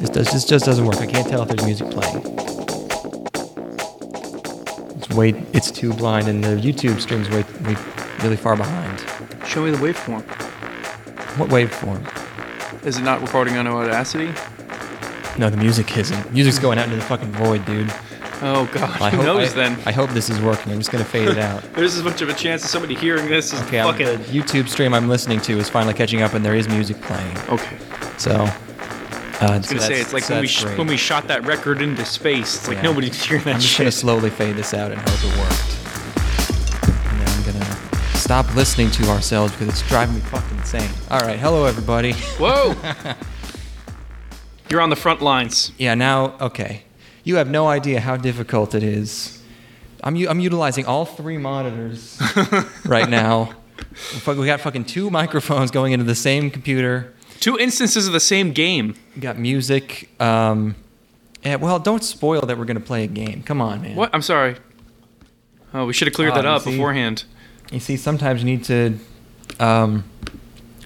just does this just doesn't work. I can't tell if there's music playing. It's way it's too blind, and the YouTube stream's way, way really far behind. Show me the waveform. What waveform? Is it not recording on Audacity? No, the music isn't. Music's going out into the fucking void, dude. Oh god, I who hope, knows I, then? I hope this is working. I'm just gonna fade it out. There's as much of a chance of somebody hearing this as Okay, I'm- fucking. the YouTube stream I'm listening to is finally catching up, and there is music playing. Okay. So, uh, I was I was gonna say it's like when we sh- when we shot that record into space. It's like Yeah. nobody's hearing that I'm just shit. gonna slowly fade this out and hope it worked. And then I'm gonna stop listening to ourselves because it's driving me fucking insane. All right, hello everybody. Whoa! You're on the front lines. Yeah, now okay. You have no idea how difficult it is. I'm u- I'm utilizing all three monitors right now. Fuck, We got fucking two microphones going into the same computer. Two instances of the same game. We got music. Um, and, well, don't spoil that we're gonna play a game. Come on, man. What? I'm sorry. Oh, we should have cleared Ah, that you up see? beforehand. You see, sometimes you need to, um,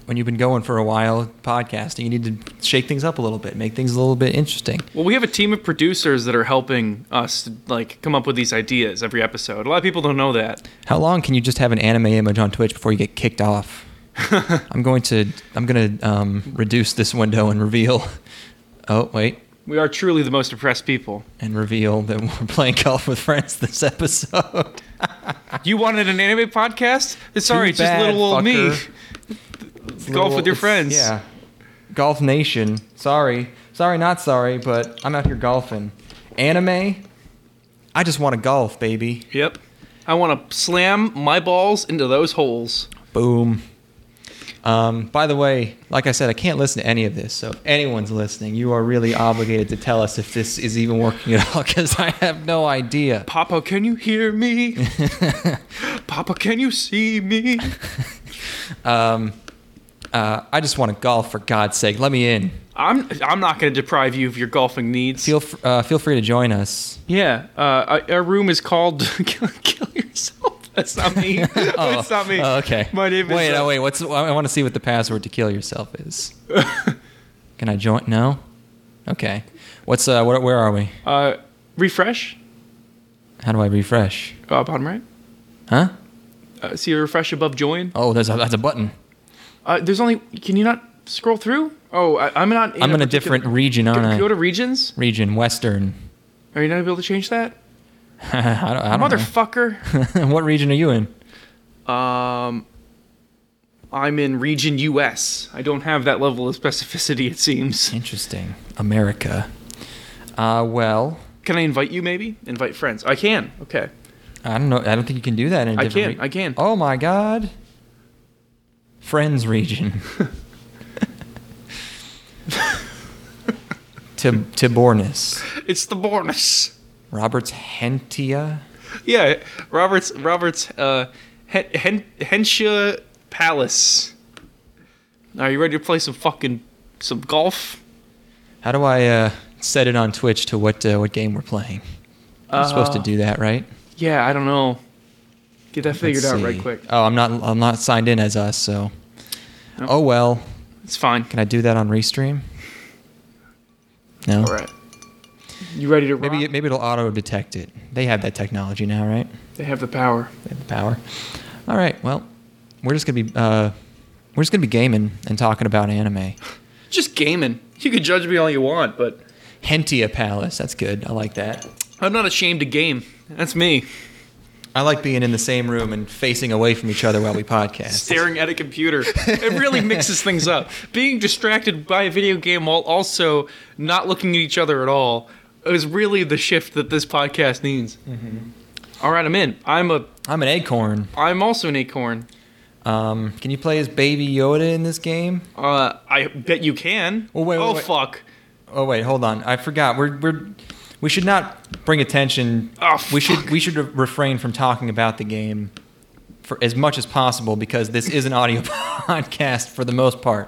when you've been going for a while podcasting, you need to shake things up a little bit, make things a little bit interesting. Well, we have a team of producers that are helping us like come up with these ideas every episode. A lot of people don't know that. How long can you just have an anime image on Twitch before you get kicked off? I'm going to, I'm going to um, reduce this window and reveal. Oh wait, We are truly the most oppressed people. and reveal that we're playing golf with friends this episode. You wanted an anime podcast? Sorry, it's just bad, little old me. fucker. Golf with your It's- friends. Yeah, golf nation. Sorry, sorry, not sorry, but I'm out here golfing. Anime. I just want to golf, baby. Yep. I want to slam my balls into those holes. Boom. Um, by the way, like I said, I can't listen to any of this. So if anyone's listening, you are really obligated to tell us if this is even working at all because I have no idea. Papa, can you hear me? Papa, can you see me? Um, Uh, I just want to golf for God's sake. Let me in. I'm I'm not going to deprive you of your golfing needs. Feel fr- uh, feel free to join us. yeah, uh, our- our room is called Kill, Kill Yourself. That's not me. That's not me. Oh, okay. My name is. Wait, uh, oh, wait. What's? I want to see what the password to kill yourself is. Can I join? No. Okay. What's? Uh, where, where are we? Uh, refresh. How do I refresh? Uh, bottom right. Huh? Uh, see a refresh above join. Oh, there's a, that's a button. Uh, there's only. Can you not scroll through? Oh, I, I'm not. I'm in a particular- different region, aren't Go, I? go to regions. Region Western. Are you not able to change that? I don't, I don't Motherfucker. know. what region are you in? Um, I'm in region US. I don't have that level of specificity, it seems. Interesting. America. Uh, well, Can I invite you, maybe? Invite friends. I can. Okay. I don't know. I don't think you can do that in a I different can, I can. Oh my god. Friends region. Tib- Tibornis. It's the bonus. Roberts Hentia. Yeah, Robert's Robert's uh, Hen- Hen- Hensha Palace. Are you ready to play some fucking some golf? How do I uh, set it on Twitch to what uh, what game we're playing? I'm supposed to Uh, do that, right? Yeah, I don't know. Get that figured Let's out right see. quick. Oh, I'm not I'm not signed in as us, so. Nope. Oh well. It's fine. Can I do that on Restream? No. All right. You ready to Maybe rock? it, maybe it'll auto detect it. They have that technology now, right? They have the power. They have the power. All right. Well, we're just gonna be uh, we're just gonna be gaming and talking about anime. Just gaming. You can judge me all you want, but Hentia Palace. That's good. I like that. I'm not ashamed to game. That's me. I like being in the same room and facing away from each other while we podcast. Staring at a computer. It really mixes things up. Being distracted by a video game while also not looking at each other at all is really the shift that this podcast needs. Mm-hmm. All right, I'm in. I'm a. I'm an acorn. I'm also an acorn. Um, can you play as Baby Yoda in this game? Uh, I bet you can. Well, wait, wait, oh wait. fuck. Oh wait, hold on. I forgot. We're we're we should not bring attention. Oh, we should we should re- refrain from talking about the game for as much as possible because this is an audio podcast for the most part.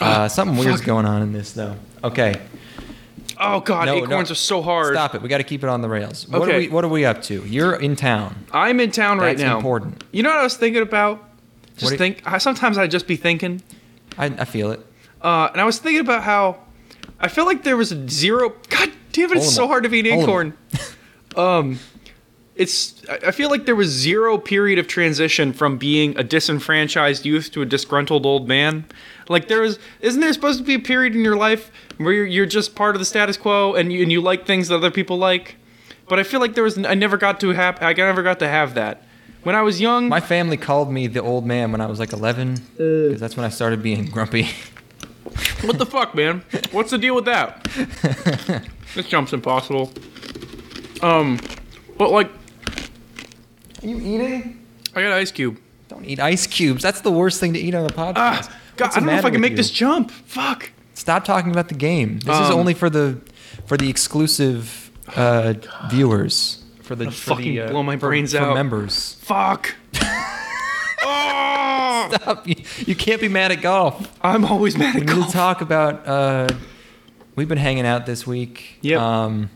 Uh, something weird's fuck. going on in this though. Okay, Oh god, No, no. acorns are so hard. stop it. We got to keep it on the rails. What are Okay. we What are we up to? You're in town. I'm in town right That's now. important. You know what I was thinking about? What Just do- think. I, sometimes I just be thinking. I, I feel it. Uh, and I was thinking about how I feel like there was a zero. God damn it! Hold It's 'em so up. hard to be an Hold 'em acorn. um, it's. I I feel like there was zero period of transition from being a disenfranchised youth to a disgruntled old man. Like there is, isn't there supposed to be a period in your life where you're, you're just part of the status quo and you, and you like things that other people like? But I feel like there was. I never got to have. I never got to have that. When I was young, My family called me the old man when I was like 11 because that's when I started being grumpy. What the fuck, man? What's the deal with that? this jump's impossible. Um, but like, Are you eating? I got an ice cube. Don't eat ice cubes. That's the worst thing to eat on a podcast. Ah, What's God, I the don't know if matter I can with make you? this jump. Fuck. Stop talking about the game. This is Um, oh only for the for the exclusive uh, viewers. For the for fucking the, uh, blow my for- brains for out. members. Fuck. oh, Stop. You, you can't be mad at golf. I'm always mad We at need to golf. talk about. Uh, we've been hanging out this week. Yep. Um,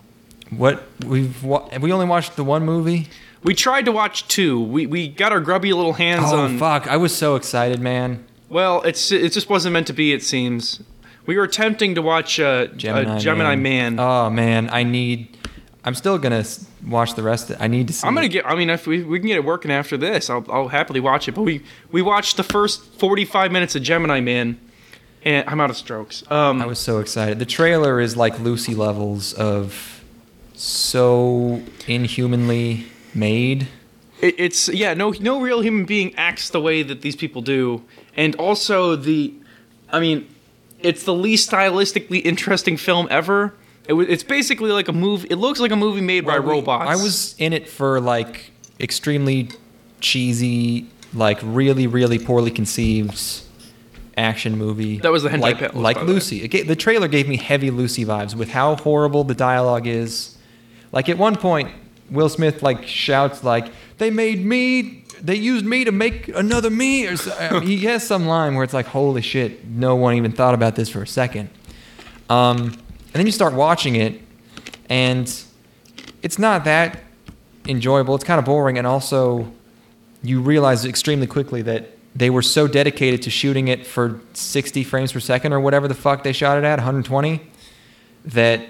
what we've wa- we only watched the one movie. we tried to watch two. We we got our grubby little hands Oh on. fuck! I was so excited, man. Well, it's it just wasn't meant to be. It seems. We were attempting to watch uh, Gemini, Gemini, uh, Gemini Man. Oh man, I need. I'm still gonna s- watch the rest. Of, I need to see. I'm gonna it. get. I mean, if we, we can get it working after this, I'll, I'll happily watch it. But we we watched the first 45 minutes of Gemini Man, and I'm out of strokes. Um, I was so excited. The trailer is like Lucy levels of so inhumanly made. it, it's yeah, no no real human being acts the way that these people do, and also the, I mean, it's the least stylistically interesting film ever. It, wa- it's basically like a movie. It looks like a movie made by robots. I was in it for like extremely cheesy, like really, really poorly conceived action movie. That was the hentai like, pet was, like by the way. Lucy. It ga- the trailer gave me heavy Lucy vibes with how horrible the dialogue is. Like at one point, Will Smith like shouts like, "They made me." They used me to make another me, or so, I mean, he has some line where it's like, "Holy shit, no one even thought about this for a second. Um, and then you start watching it, and it's not that enjoyable. It's kind of boring, and also you realize extremely quickly that they were so dedicated to shooting it for 60 frames per second or whatever the fuck they shot it at, 120, that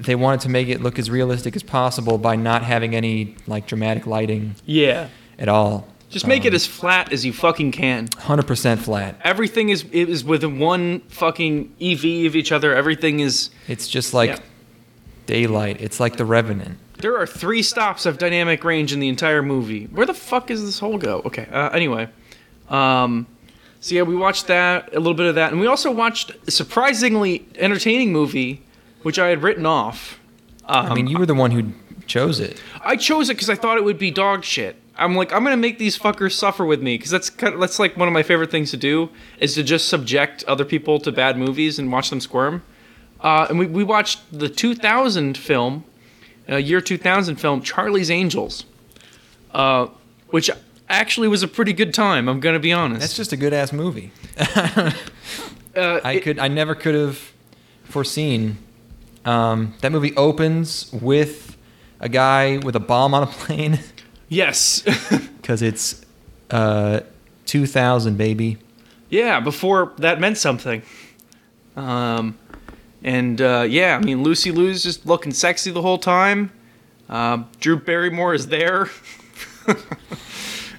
they wanted to make it look as realistic as possible by not having any like dramatic lighting yeah. at all. Uh, Just make Um. it as flat as you fucking can. 100% flat. Everything is it is within one fucking EV of each other. Everything is It's just like Yeah. daylight. It's like The Revenant. There are three stops of dynamic range in the entire movie. Where the fuck is this whole go? Okay. Uh, anyway, um, so yeah, we watched that a little bit of that, and we also watched a surprisingly entertaining movie, which I had written off. Um, I mean, you were the one who chose it. I chose it because I thought it would be dog shit. I'm like, I'm gonna make these fuckers suffer with me because that's kind of, that's like one of my favorite things to do is to just subject other people to bad movies and watch them squirm. Uh, and we, we watched the 2000 film, uh, year 2000 film Charlie's Angels, uh, which actually was a pretty good time. I'm gonna be honest. That's just a good ass movie. uh, I it- could I never could have foreseen. Um, that movie opens with a guy with a bomb on a plane yes. because it's uh, 2000 baby. Yeah, before that meant something. Um, and uh, yeah, I mean Lucy Lou's just looking sexy the whole time. Uh, Drew Barrymore is there,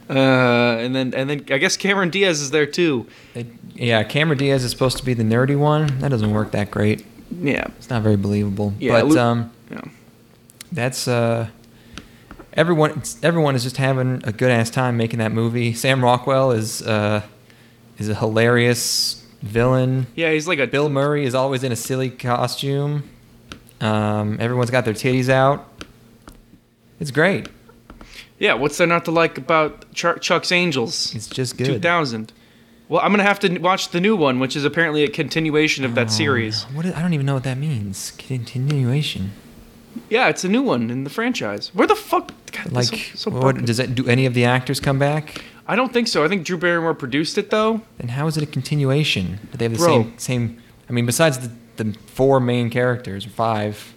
uh, and then and then I guess Cameron Diaz is there too. It, yeah, Cameron Diaz is supposed to be the nerdy one. That doesn't work that great. Yeah, It's not very believable. Yeah, but Lu- um, yeah. that's uh, everyone. Everyone is just having a good ass time making that movie. Sam Rockwell is uh, is a hilarious villain. yeah. He's like a Bill Murray is always in a silly costume. Um, everyone's got their titties out. It's great. yeah. What's there not to like about Chuck Chuck's Angels? It's just Two good. thousand. Well, I'm gonna have to watch the new one, which is apparently a continuation of that Oh, series. What is, I don't even know what that means. Continuation. Yeah, it's a new one in the franchise. Where the fuck? God, Like, this is so what broken. does that? Do any of the actors come back? I don't think so. I think Drew Barrymore produced it though. Then how is it a continuation? Do they have the Bro. same same? I mean, besides the, the four main characters or five,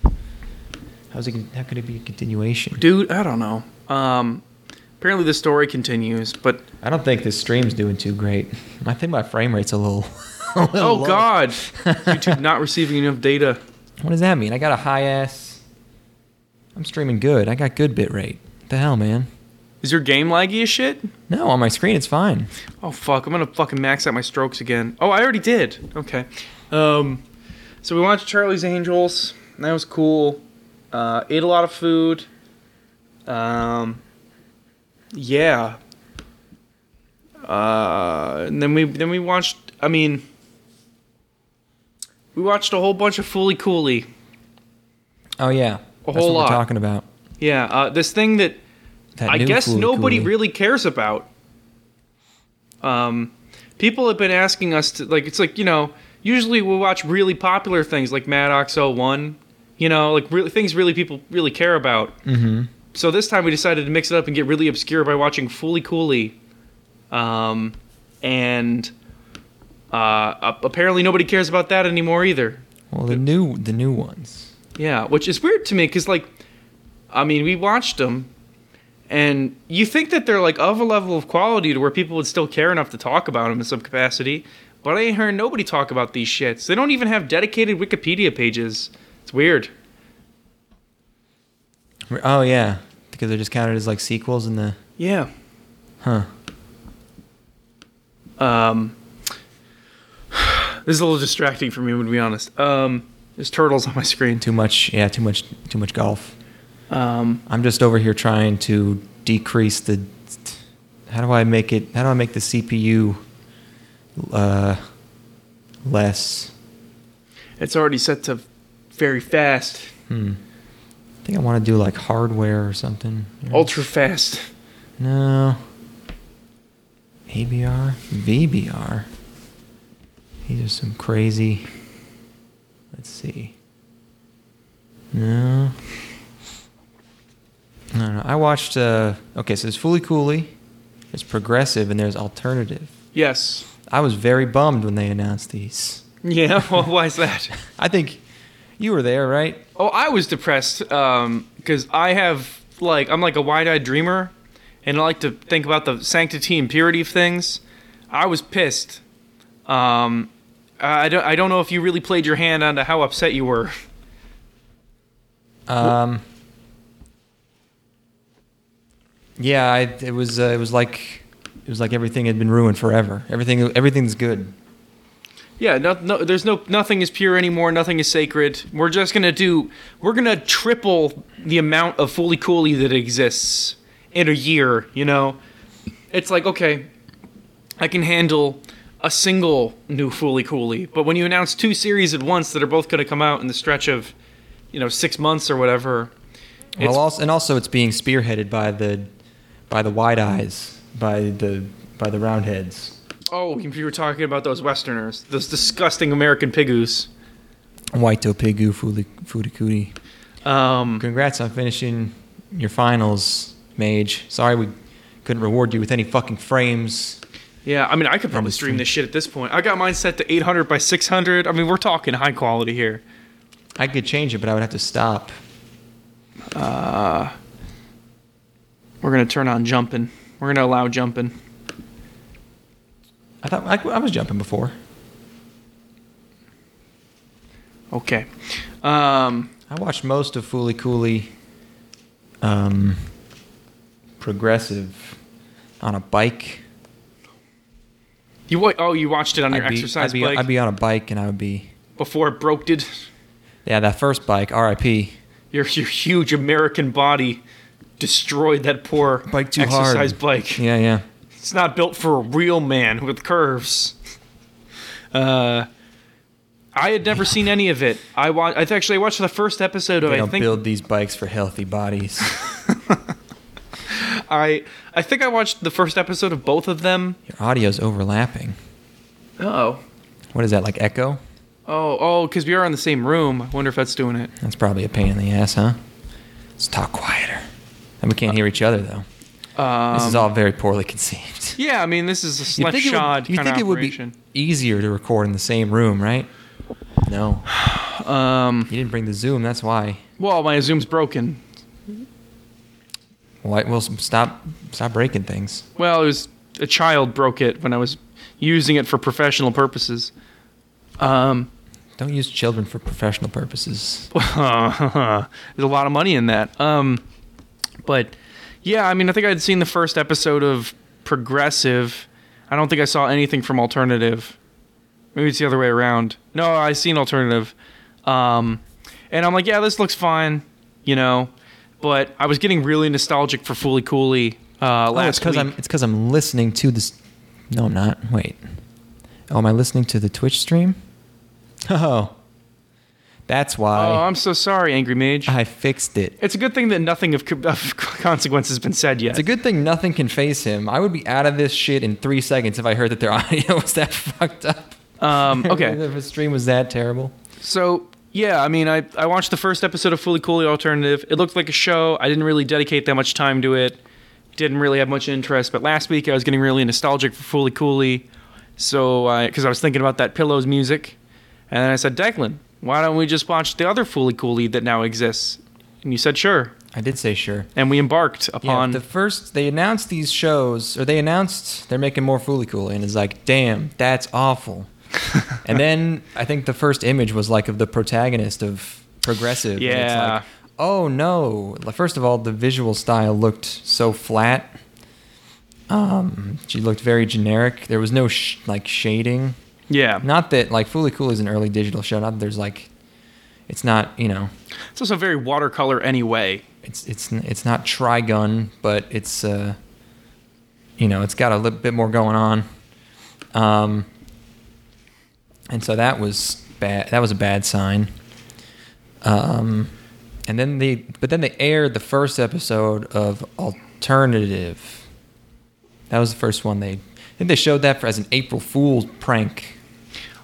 how's it? How could it be a continuation? Dude, I don't know. Um, apparently the story continues, but I don't think this stream's doing too great. I think my frame rate's a little Oh Lord. God, YouTube not receiving enough data. What does that mean? I got a high ass. I'm streaming good. I got good bit rate. What the hell, man? Is your game laggy as shit? No, on my screen it's fine. Oh fuck, I'm gonna fucking max out my strokes again. Oh, I already did. Okay. Um, so we watched Charlie's Angels. and That was cool. Uh, ate a lot of food. Um, yeah. Uh, and then we then we watched. I mean, we watched a whole bunch of Fooly Cooly. Oh yeah, A that's whole what lot. we're talking about. Yeah. Uh, this thing that That I new guess Fooly nobody Cooly. really cares about. Um, people have been asking us to like. It's like you know. Usually we watch really popular things like Maddox 01, you know, like really things really people really care about. Mhm. So this time we decided to mix it up and get really obscure by watching Fooly Cooly, um, and uh, ap- apparently nobody cares about that anymore either. Well, the new the new ones. Yeah, which is weird to me because, like, I mean, we watched them, and you think that they're like of a level of quality to where people would still care enough to talk about them in some capacity. But I ain't heard nobody talk about these shits. They don't even have dedicated Wikipedia pages. It's weird. Oh yeah, because they're just counted as like sequels in the. Yeah. Huh. Um, this is a little distracting for me, to be honest. Um, there's turtles on my screen. Too much. Yeah, too much. Too much golf. Um, I'm just over here trying to decrease the. How do I make it? How do I make the CPU uh, less? it's already set to very fast, Hmm. I think I want to do like hardware or something. ultra fast. No. ABR? VBR? These are some crazy. Let's see. No. I don't know. I watched. Uh, okay, so there's Fooly Cooly, there's Progressive, and there's Alternative. Yes. I was very bummed when they announced these. Yeah. Well, why is that? I think you were there, right? Oh, I was depressed um, 'cause I have like I'm like a wide-eyed dreamer, and I like to think about the sanctity and purity of things. I was pissed. Um, I don't I don't know if you really played your hand onto how upset you were. Um, yeah, I, it was. Uh, it was like it was like everything had been ruined forever. Everything. Everything's good. Yeah, no, no, there's no nothing is pure anymore. Nothing is sacred. We're just gonna do. We're gonna triple the amount of Fooly Cooly that exists in a year. You know, it's like okay, I can handle a single new Fooly Cooly, but when you announce two series at once that are both gonna come out in the stretch of, you know, six months or whatever, It's- Well, also, and also it's being spearheaded by the by the wide eyes, by the by the roundheads. oh, you were talking about those Westerners, those disgusting American pigoos. White toe pigu fooly footy cootie. Um, Congrats on finishing your finals, Mage. Sorry we couldn't reward you with any fucking frames. Yeah, I mean, I could probably Almost stream three. this shit at this point. I got mine set to 800 by 600. I mean, we're talking high quality here. I could change it, but I would have to stop. We're gonna turn on jumping. We're gonna allow jumping. I thought I, I was jumping before. Okay. Um, I watched most of Fooly Cooly um, Progressive on a bike. you wa- oh you watched it on your I'd be, exercise I'd be, bike I'd be on a bike and I would be. before it broke. Did Yeah, that first bike, RIP. your your huge American body destroyed that poor Bike too hard. exercise bike? Yeah, yeah. It's not built for a real man with curves. Uh, I had never seen any of it. I wa- I th- actually I watched the first episode of They I don't think build these bikes for healthy bodies. I I think I watched the first episode of both of them. Your audio's overlapping. Oh. What is that, like echo? Oh, oh, because we are in the same room. I wonder if that's doing it. That's probably a pain in the ass, huh? Let's talk quieter. And we can't hear each other, though. Uh, Um, This is all very poorly conceived. yeah, I mean, this is a You'd slap think, it would, shod you'd kind think of it would operation. be easier to record in the same room, right? No. Um, You didn't bring the Zoom, that's why. well, my Zoom's broken. Why? Well, s- stop, stop breaking things. Well, it was a child broke it when I was using it for professional purposes. Um, Don't use children for professional purposes. there's a lot of money in that. Um, but yeah, I mean, I think I'd seen the first episode of Progressive. I don't think I saw anything from Alternative. Maybe it's the other way around. No, I seen Alternative. Um, and I'm like, yeah, this looks fine, you know. But I was getting really nostalgic for Foolie Cooley Oh, uh, it's last because week. I'm it's because I'm listening to this. No, I'm not. Wait. Oh, am I listening to the Twitch stream? Oh, that's why oh, I'm so sorry, Angry Mage. I fixed it. it's a good thing that nothing of, co- of consequence has been said yet. It's a good thing nothing can face him. I would be out of this shit in three seconds if I heard that their audio was that fucked up. um, okay. if the stream was that terrible. So yeah, I mean, I, I watched the first episode of Fully Cooley Alternative. It looked like a show. I didn't really dedicate that much time to it. Didn't really have much interest. But last week I was getting really nostalgic for Fully Cooley, so because I was thinking about that Pillows music, and then I said, Declan, why don't we just watch the other Fully Cooley that now exists? And you said sure, I did say sure. and we embarked Yeah, upon. the first they announced these shows, or they announced they're making more Fooly Cooly, and it's like, damn, that's awful. and then I think the first image was like of the protagonist of Progressive. and it's Yeah. like, oh no! First of all, the visual style looked so flat. Um, she looked very generic. There was no sh- like shading. yeah, Not that like Fooly Cool is an early digital show. Not that there's like, it's not you know, it's also very watercolor anyway. it's it's n- it's not Trigun, but it's uh, you know, it's got a little bit more going on. Um, and so that was bad. That was a bad sign. Um, and then they but then they aired the first episode of Alternative. That was the first one they. I think they showed that for as an April Fool's prank.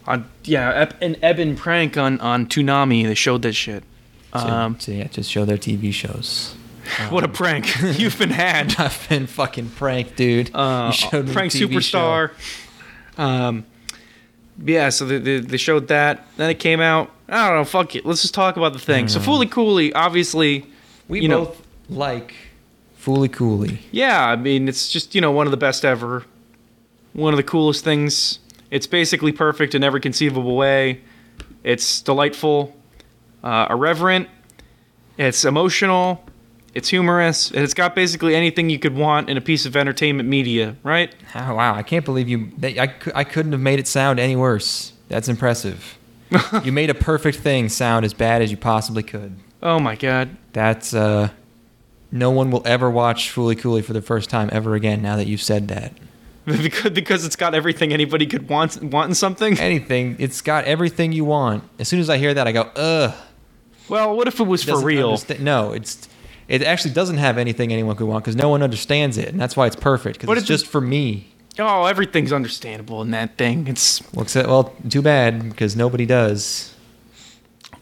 On yeah, Eb- an Eben prank on on Toonami. They showed that shit. To, Um, to, yeah, to show their TV shows. What a prank. You've been had. I've been fucking pranked, dude. Uh, you showed me the prank TV show. superstar. Um, yeah, so they, they, they showed that. Then it came out. I don't know. Fuck it. Let's just talk about the thing. So, Foolie Cooley, obviously, We you know- both like Fooly Cooley. yeah, I mean, it's just, you know, one of the best ever. One of the coolest things. It's basically perfect in every conceivable way. It's delightful, uh, irreverent, it's emotional, it's humorous, and it's got basically anything you could want in a piece of entertainment media, right? Oh, wow, I can't believe you. They, I, cou- I couldn't have made it sound any worse. That's impressive. you made a perfect thing sound as bad as you possibly could. Oh my god. That's uh, no one will ever watch Fooly Cooley for the first time ever again. Now that you've said that, because, because it's got everything anybody could want want in something. anything, it's got everything you want. As soon as I hear that, I go, ugh. Well, what if it was for doesn't real? understa- no, it's it actually doesn't have anything anyone could want because no one understands it, and that's why it's perfect. Because But it's it's- just for me. Oh, everything's understandable in that thing. It's Well, except, well, too bad because nobody does.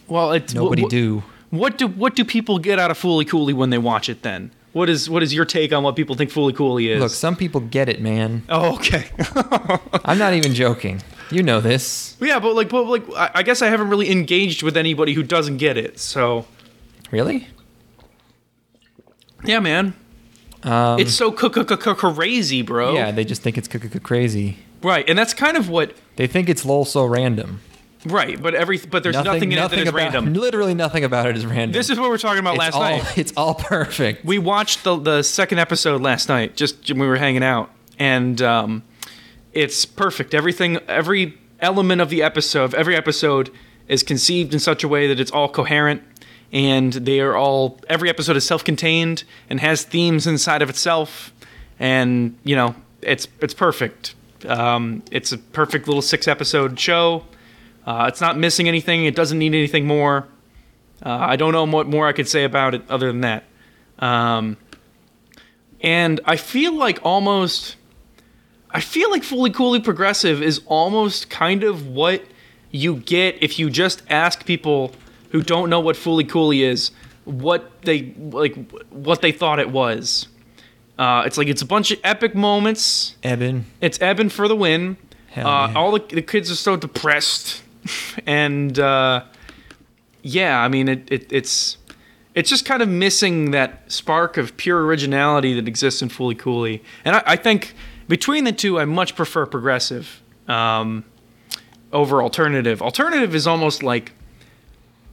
well, it's wh- Nobody wh- do. What do what do people get out of Foolie Cooley when they watch it? Then what is what is your take on what people think Foolie Cooley is? Look, some people get it, man. oh, okay. I'm not even joking. You know this, yeah, but like, but like, I I guess I haven't really engaged with anybody who doesn't get it. So really? yeah, man, Um, it's so c- c- c- c- crazy, bro. yeah. They just think it's c- c- c- crazy. right, and that's kind of what. They think it's lol so random. Right, but every but there's nothing, in it that is about, random. Literally nothing about it is random. This is what we were talking about it's last all, night. It's all perfect. we watched the the second episode last night just when we were hanging out and um it's perfect everything every element of the episode of every episode is conceived in such a way that it's all coherent and they are all every episode is self-contained and has themes inside of itself and you know it's it's perfect um it's a perfect little six episode show uh, it's not missing anything it doesn't need anything more uh, i don't know what more i could say about it other than that um, and I feel like almost, I feel like Fully Coolly Progressive is almost kind of what you get if you just ask people who don't know what Fully Coolly is what they like what they thought it was. Uh, it's like it's a bunch of epic moments. Eben, It's Eben for the win. Hell uh, yeah. All the, the kids are so depressed, and uh, yeah, I mean it, it. It's it's just kind of missing that spark of pure originality that exists in Foolie Cooley. And I, I think between the two, I much prefer Progressive. Um, over alternative. Alternative is almost like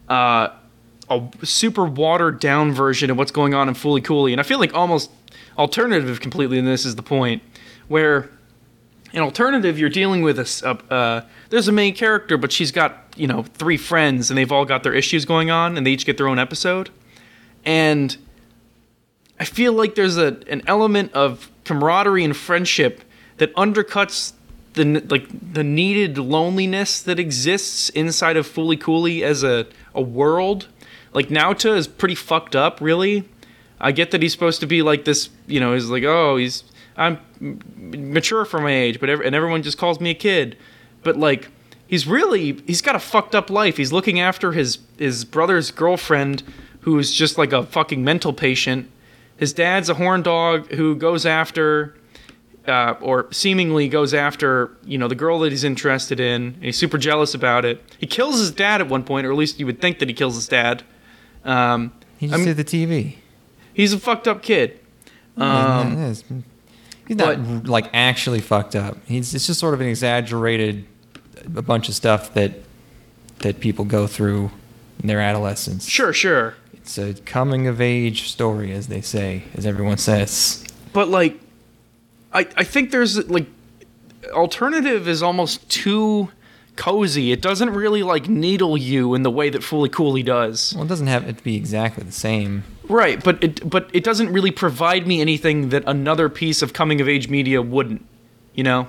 uh, a super watered down version of what's going on in Fully Cooley, and I feel like almost alternative completely. And this is the point where in alternative you're dealing with a s- a- uh, there's a main character, but she's got you know three friends, and they've all got their issues going on, and they each get their own episode, and I feel like there's a an element of camaraderie and friendship that undercuts the n- like the needed loneliness that exists inside of Fooly Cooley as a a world. Like Nauta is pretty fucked up, really. I get that he's supposed to be like this, you know, he's like, oh, he's I'm m- mature for my age, but ev- and everyone just calls me a kid. But like, he's really he's got a fucked up life. He's looking after his his brother's girlfriend, who's just like a fucking mental patient. His dad's a horn dog who goes after, uh, or seemingly goes after, you know, the girl that he's interested in. And he's super jealous about it. He kills his dad at one point, or at least you would think that he kills his dad. Um, He just I'm- did the TV. he's a fucked up kid. Um, Yeah, it's- he's not like actually fucked up. He's it's just sort of an exaggerated, a bunch of stuff that that people go through in their adolescence. sure, sure. It's a coming of age story, as they say, as everyone says. but like I, I think there's like alternative is almost too cozy it doesn't really like needle you in the way that fully cooley does Well, it doesn't have to be exactly the same. right but it but it doesn't really provide me anything that another piece of coming of age media wouldn't you know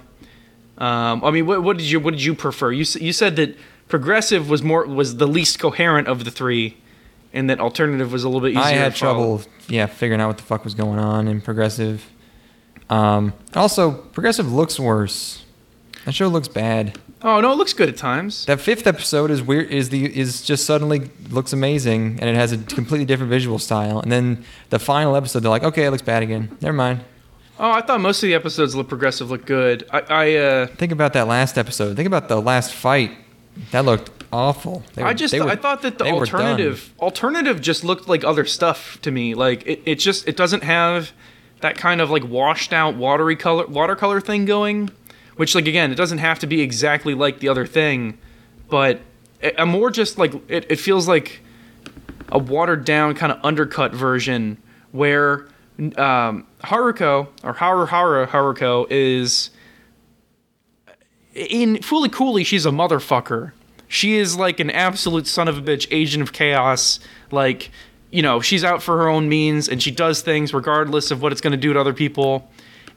um, i mean what, what did you what did you prefer you s- you said that progressive was more was the least coherent of the three and that alternative was a little bit easier I had to follow. trouble, yeah, figuring out what the fuck was going on in Progressive. Um, also, Progressive looks worse. That show looks bad. oh no it looks good at times That fifth episode is weird. Is the is just suddenly looks amazing, and it has a completely different visual style. And then the final episode, they're like, okay, it looks bad again. Never mind. Oh, I thought most of the episodes of Progressive looked good. I, I uh, Think about that last episode. Think about the last fight. That looked awful. They I were- just they were- I thought that the they were done. alternative alternative just looked like other stuff to me. Like it, it just it doesn't have that kind of like washed out watery color watercolor thing going, which like again it doesn't have to be exactly like the other thing, but i I'm more just like it, it feels like a watered down kind of undercut version where um, Haruko or Haru Haru Haruko is in Fooly Cooley, she's a motherfucker. She is like an absolute son of a bitch, agent of chaos. Like, you know, she's out for her own means and she does things regardless of what it's going to do to other people.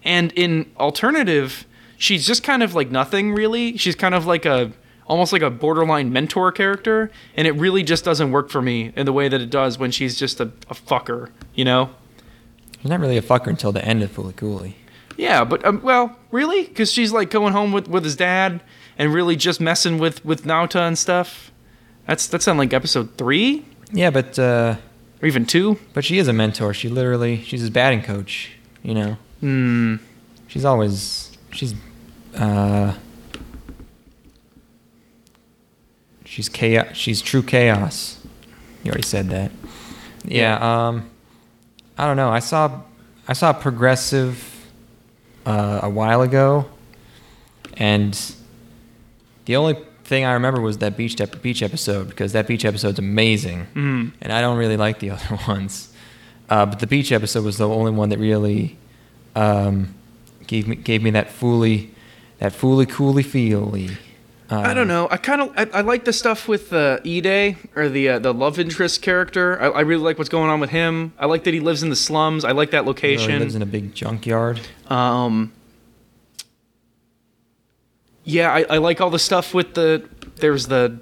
And in alternative, she's just kind of like nothing really. She's kind of like a almost like a borderline mentor character. And it really just doesn't work for me in the way that it does when she's just a, a fucker, you know? She's not really a fucker until the end of Fooly Cooley. Yeah, but um, well, really, because she's like going home with, with his dad and really just messing with with Nauta and stuff. That's that's on like episode three Yeah, but uh, or even two. but she is a mentor. She literally she's his batting coach. You know, Hmm. she's always she's uh, she's chaos. She's true chaos. You already said that. Yeah. Um, I don't know. I saw I saw progressive uh, a while ago, and the only thing I remember was that beach ep- beach episode because that beach episode's amazing, Mm. and I don't really like the other ones. Uh, but the beach episode was the only one that really um, gave me gave me that fully that fully cooly feely. Uh, I don't know. I kind of I, I like the stuff with uh, Ide or the uh, the love interest character. I, I really like what's going on with him. I like that he lives in the slums. I like that you know, he location. lives in a big junkyard. Um, yeah, I, I like all the stuff with the. There's the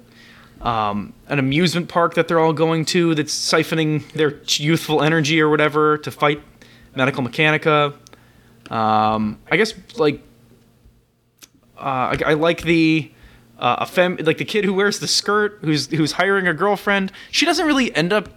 um, an amusement park that they're all going to that's siphoning their youthful energy or whatever to fight medical mechanica. Um, I guess like uh, I, I like the uh, a fem like the kid who wears the skirt who's who's hiring a girlfriend. She doesn't really end up.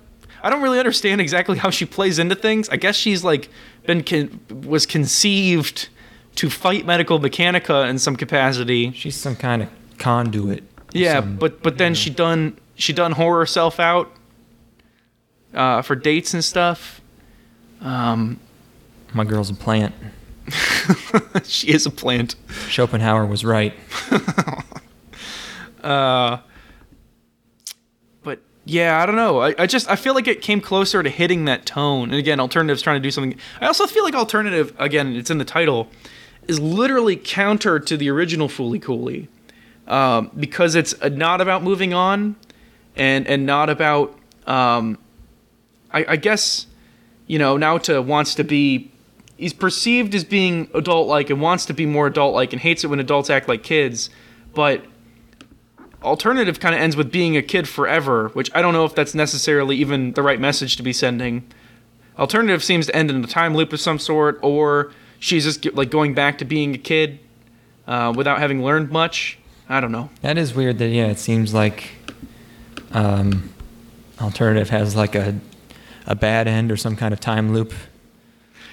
I don't really understand exactly how she plays into things. I guess she's like been con- was conceived to fight medical mechanica in some capacity. She's some kind of conduit. or Yeah, some- but but then she done she done whore herself out uh, for dates and stuff. Um, my girl's a plant. she is a plant. Schopenhauer was right. Uh, but yeah, I don't know. I, I just I feel like it came closer to hitting that tone. And again, alternative's trying to do something. I also feel like alternative again. It's in the title, is literally counter to the original Foolie Cooley, um, because it's uh, not about moving on, and and not about. Um, I, I guess, you know, Nauta wants to be. He's perceived as being adult like and wants to be more adult like and hates it when adults act like kids, but alternative kind of ends with being a kid forever, which I don't know if that's necessarily even the right message to be sending. Alternative seems to end in a time loop of some sort, or she's just get- like going back to being a kid uh, without having learned much. I don't know. That is weird. That yeah, it seems like um, alternative has like a a bad end or some kind of time loop.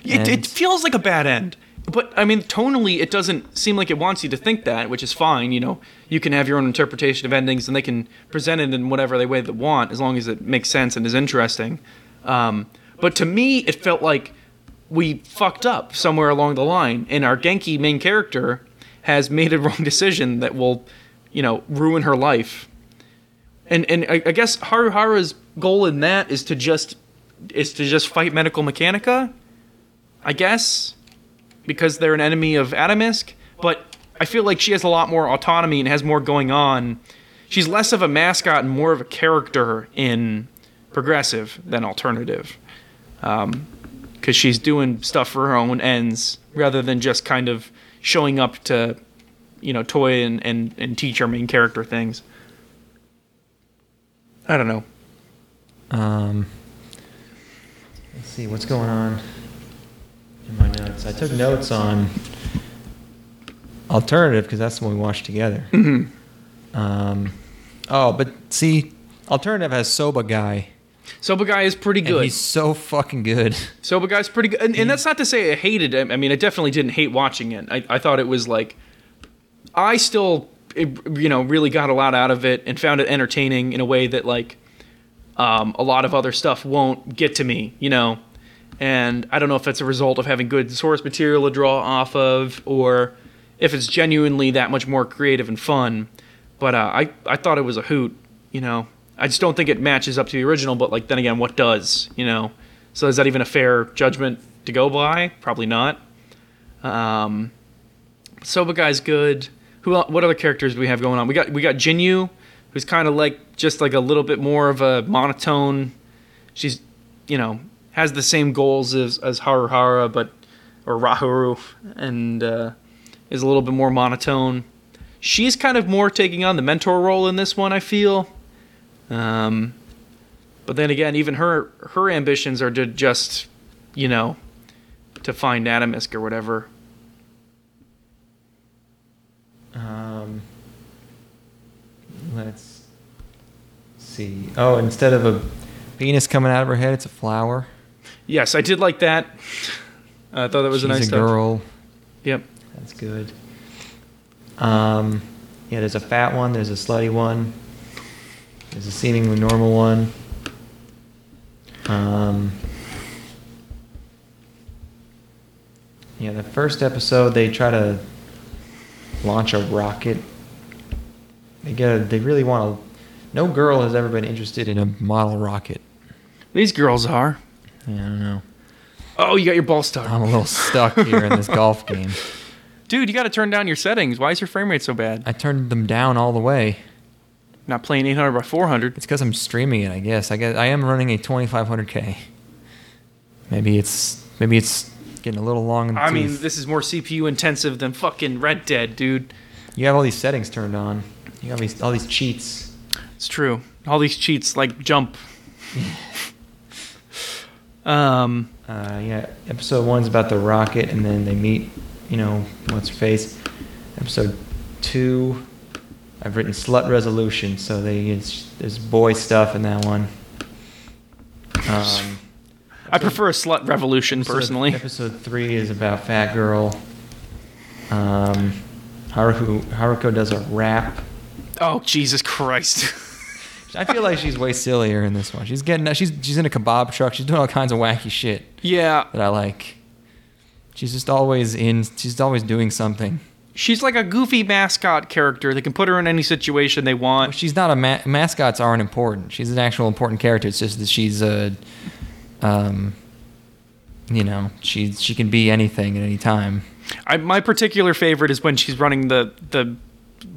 It, And- it feels like a bad end. But I mean, tonally, it doesn't seem like it wants you to think that, which is fine. You know, you can have your own interpretation of endings, and they can present it in whatever they way they want, as long as it makes sense and is interesting. Um, but to me, it felt like we fucked up somewhere along the line, and our Genki main character has made a wrong decision that will, you know, ruin her life. And and I, I guess Haruhara's goal in that is to just is to just fight Medical Mechanica. I guess, because they're an enemy of Atomisk. But I feel like she has a lot more autonomy and has more going on. She's less of a mascot and more of a character in Progressive than Alternative, because she's doing stuff for her own ends rather than just kind of showing up to, you know, toy and and, and teach our main character things. I don't know. Um, let's see what's going on in my notes. I took notes on alternative because that's the one we watched together. Mm-hmm. Um, oh, but see, alternative has Soba guy, Soba guy is pretty and good. he's so fucking good. Soba Guy's pretty good. And, and that's not to say I hated it. I mean, I definitely didn't hate watching it. I, I thought it was like, I still, it, you know, really got a lot out of it and found it entertaining in a way that, like, um, a lot of other stuff won't get to me, you know? And I don't know if that's a result of having good source material to draw off of or if it's genuinely that much more creative and fun. But uh, I, I thought it was a hoot, you know? I just don't think it matches up to the original, but like, then again, what does, you know? So is that even a fair judgment to go by? Probably not. Um, Soba guy's good. Who? el- What other characters do we have going on? We got we got Jinyu, who's kind of like just like a little bit more of a monotone. She's, you know, has the same goals as as Haruhara, but or Rahuru, and uh, is a little bit more monotone. She's kind of more taking on the mentor role in this one. I feel. Um, but then again, even her her ambitions are to just, you know, to find Atomisk or whatever. Um, let's see. Oh, instead of a penis coming out of her head, it's a flower. Yes, I did like that. I thought that was She's a nice touch. girl. Yep. That's good. Um, yeah, there's a fat one. There's a slutty one. There's a seemingly normal one. Um, yeah, the first episode they try to launch a rocket. They get. A, they really want to. No girl has ever been interested in a model rocket. These girls are. Yeah, I don't know. Oh, you got your ball stuck. I'm a little stuck here in this golf game. Dude, you got to turn down your settings. Why is your frame rate so bad? I turned them down all the way. Not playing 800 by 400. It's because I'm streaming it, I guess. I guess I am running a 2500K. Maybe it's maybe it's getting a little long. In the I mean, tooth. this is more CPU intensive than fucking Red Dead, dude. you have all these settings turned on. You have these all these cheats. It's true. All these cheats like jump. um, Uh, yeah, episode one's about the rocket, and then they meet. You know what's her face. Episode two, I've written slut resolution. So they it's, there's boy stuff in that one. Um, I prefer a slut revolution Episode- personally. Episode three is about Fat Girl. Um, Haruko, Haruko does a rap. Oh Jesus Christ! I feel like she's way sillier in this one. She's getting she's she's in a kebab truck. She's doing all kinds of wacky shit yeah, that I like. She's just always in. She's always doing something. She's like a goofy mascot character. They can put her in any situation they want. She's not a ma- mascots aren't important. She's an actual important character. It's just that she's a, um, you know, she she can be anything at any time. I, my particular favorite is when she's running the the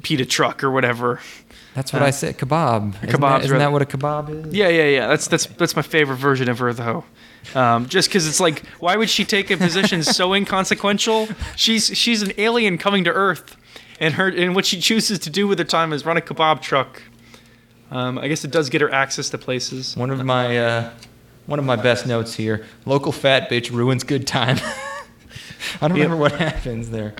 pita truck or whatever. That's what I said. Kebab. Isn't, Uh, kebab's that, isn't right. that what a kebab is? Yeah, yeah, yeah. That's that's that's my favorite version of her though. Um, just because it's like, why would she take a position so inconsequential? She's she's an alien coming to Earth, and her and what she chooses to do with her time is run a kebab truck. Um, I guess it does get her access to places. One of my uh, one of my best notes here. Local fat bitch ruins good time. I don't Yep. remember what happens there.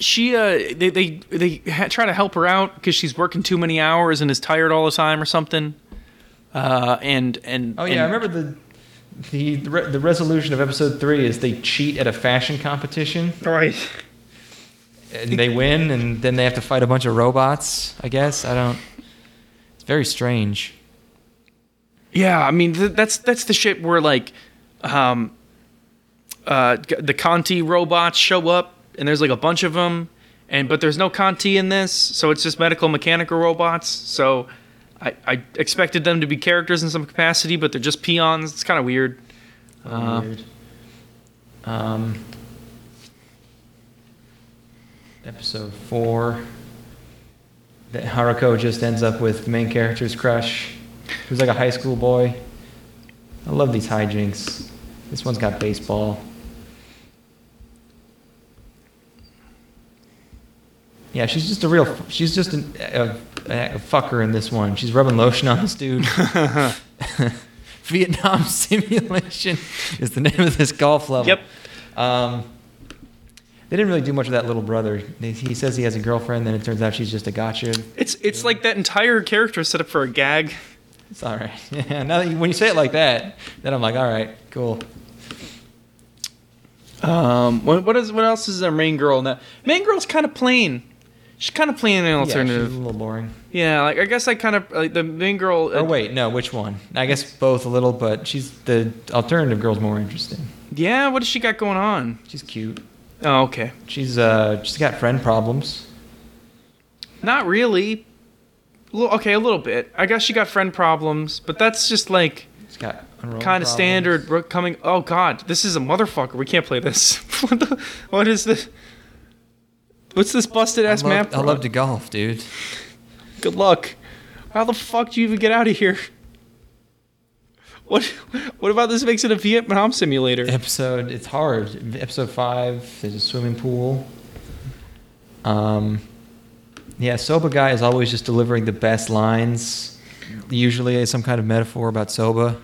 she uh they they they ha- try to help her out because she's working too many hours and is tired all the time or something. Uh, and and Oh yeah, I and- remember the the the re- the resolution of episode three is they cheat at a fashion competition Right. and they win, and then they have to fight a bunch of robots. I guess I don't. It's very strange. Yeah, I mean th- that's that's the shit where like, um, uh, g- the Conti robots show up and there's like a bunch of them, and but there's no Conti in this, so it's just medical mechanical robots. So, I, I expected them to be characters in some capacity, but they're just peons. It's kind of weird. Uh, Weird. Um, episode four. That Haruko just ends up with the main character's crush, who's like a high school boy. I love these hijinks. This one's got baseball. Yeah, she's just a real. She's just an, a, a, a fucker in this one. She's rubbing lotion on this dude. Vietnam Simulation is the name of this golf level. Yep. Um, they didn't really do much with that little brother. They- He says he has a girlfriend, then it turns out she's just a gotcha. It's it's like that entire character is set up for a gag. It's all right. Yeah, now that you, when you say it like that, then I'm like, all right, cool. Um, what what is what else is our main girl in that? Main girl's kind of plain. She's kind of plain an Yeah, she's alternative. a little boring. Yeah, like I guess I kind of like the main girl. uh, Or wait, no, which one? I guess both a little, but she's the alternative girl's more interesting. Yeah, what does she got going on? She's cute. Oh, okay. She's uh, she's got friend problems. Not really. L- okay, a little bit. I guess she got friend problems, but that's just like She's got kind of standard. ro- Coming. Oh God, this is a motherfucker. We can't play this. what, the, what is this? What's this busted I ass love, map? I love to golf, dude. Good luck. How the fuck do you even get out of here? What? What about this makes it a Vietnam simulator? episode it's hard episode five there's a swimming pool um yeah soba guy is always just delivering the best lines usually some kind of metaphor about soba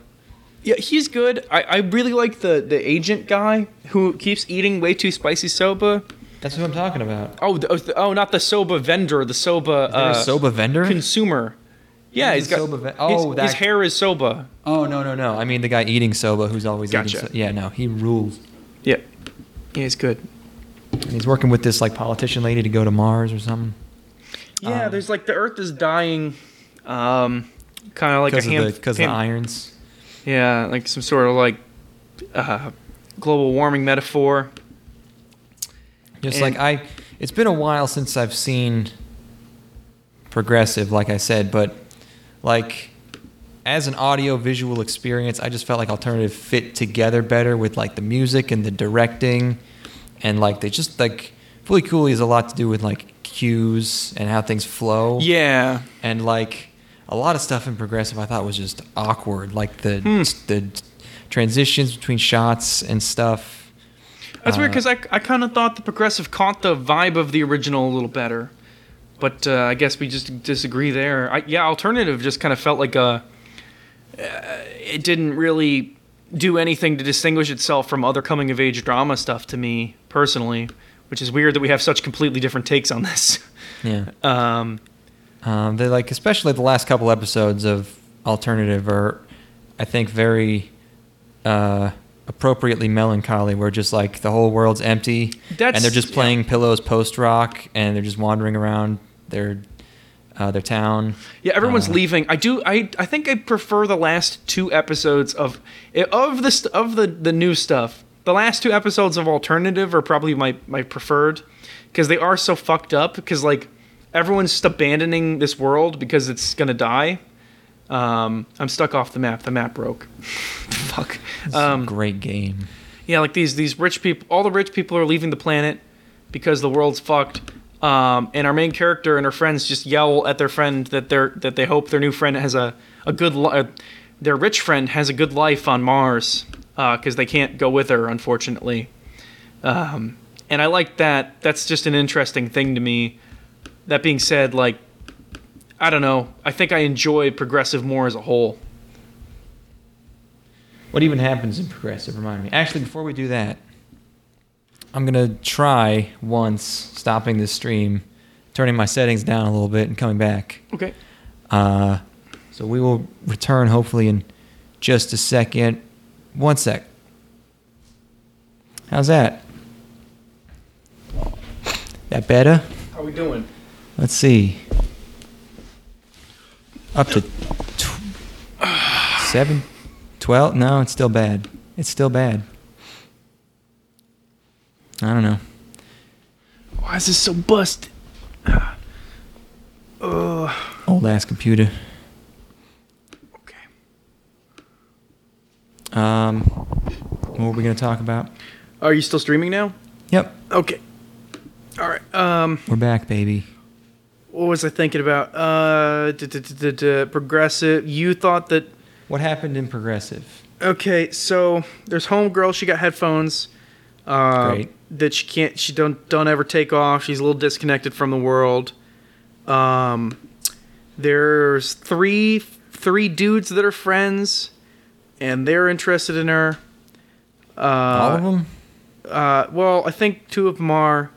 Yeah, he's good. I, I really like the, the agent guy who keeps eating way too spicy soba. that's what i'm talking about Oh, the, oh, the- oh, not the soba vendor, the soba is there uh, a soba vendor consumer. Yeah, Who's he's the got. soba ve- his- oh, his, that- hair is soba. oh no no no i mean the guy eating soba who's always Gotcha. eating so- yeah no he rules Yeah, yeah, he's good. and he's working with this like politician lady to go to mars or something Yeah, Um, there's like the Earth is dying, um, kind of like a because ham. of the because of ham- the irons Yeah, like some sort of like uh, global warming metaphor. Just And- like I, it's been a while since I've seen progressive, like I said, but like as an audio visual experience, I just felt like alternative fit together better with like the music and the directing, and like they just like Fully Cooley has a lot to do with like cues and how things flow, Yeah, and like a lot of stuff in progressive I thought was just awkward, like the Hmm. the transitions between shots and stuff. That's weird Uh, 'cause weird because I, I kind of thought the progressive caught the vibe of the original a little better, but uh, I guess we just disagree there. I, yeah, alternative just kind of felt like a. Uh, it didn't really do anything to distinguish itself from other coming of age drama stuff to me personally, which is weird that we have such completely different takes on this. Yeah. Um, Um, they like, especially the last couple episodes of alternative are, I think, very uh, appropriately melancholy. Where just like the whole world's empty, That's- and they're just playing pillows post rock, and they're just wandering around their uh, their town. Yeah, everyone's Uh, leaving. I do. I I think I prefer the last two episodes of eh, of the st- of the the new stuff. The last two episodes of Alternative are probably my my preferred, because they are so fucked up. Because like everyone's just abandoning this world because it's gonna die. Um, I'm stuck off the map. The map broke. Fuck. Um, Great game. yeah, like these these rich people, all the rich people are leaving the planet because the world's fucked. Um, and our main character and her friends just yell at their friend that they're that they hope their new friend has a a good li- uh, their rich friend has a good life on Mars because they can't go with her unfortunately. Um, and I like that. That's just an interesting thing to me. That being said, like I don't know. I think I enjoy progressive more as a whole. What even happens in progressive? Remind me. Actually, before we do that, I'm gonna try once stopping this stream, turning my settings down a little bit, and coming back. Okay. Uh, so we will return hopefully in just a second. One sec. How's that? That better? How we doing? Let's see. Up to tw- seven, twelve. No, it's still bad. It's still bad. I don't know. Why is this so busted? Old ass computer. Okay. Um, what were we gonna talk about? Oh, Are you still streaming now? Yep, Okay. All right. Um, we're back, baby. what was I thinking about? Uh, d- d- d- d- d- progressive. You thought that. What happened in progressive? Okay, so there's homegirl. She got headphones. Uh, Great. That she can't. She don't don't ever take off. She's a little disconnected from the world. Um, there's three three dudes that are friends, and they're interested in her. All of them? Uh, well, I think two of them are.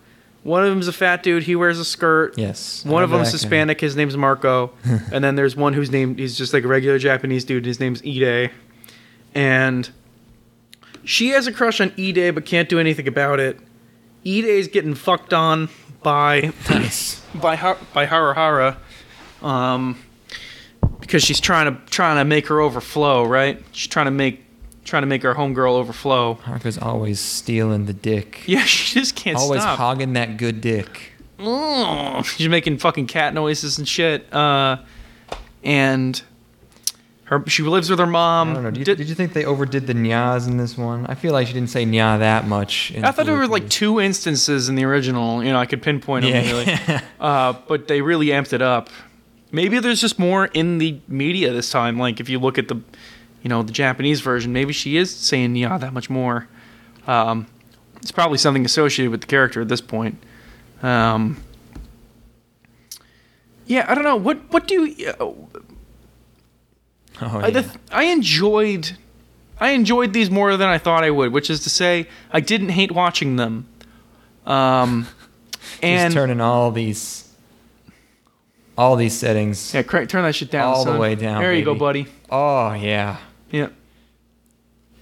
One of them's a fat dude. He wears a skirt. Yes. One of them them's Hispanic. His name's Marco. and then there's one who's named. He's just like a regular Japanese dude. His name's Ide. And she has a crush on Ide, but can't do anything about it. Ide's getting fucked on by Nice. by Har- by Harahara, um, because she's trying to trying to make her overflow. Right? She's trying to make trying to make her homegirl overflow. Harka's always stealing the dick. Yeah, she just can't always stop. hogging that good dick. Mm. She's making fucking cat noises and shit. Uh, and her she lives with her mom. I don't know. Did you, Did- did you think they overdid the nyas in this one? I feel like she didn't say nya that much. in I thought there were like Fuluku. two instances in the original. You know, I could pinpoint them really. Yeah. Uh, but they really amped it up. Maybe there's just more in the media this time. Like if you look at the, you know, the Japanese version, maybe she is saying yeah that much more. Um, it's probably something associated with the character at this point. Um, yeah, I don't know. What what do you, uh, oh, I, yeah. uh, the th- I enjoyed I enjoyed these more than I thought I would, which is to say, I didn't hate watching them. Um, and She's turning all these, all these settings. yeah, cra- turn that shit down all the son. way down, There you go, baby. buddy. Oh yeah, Yeah.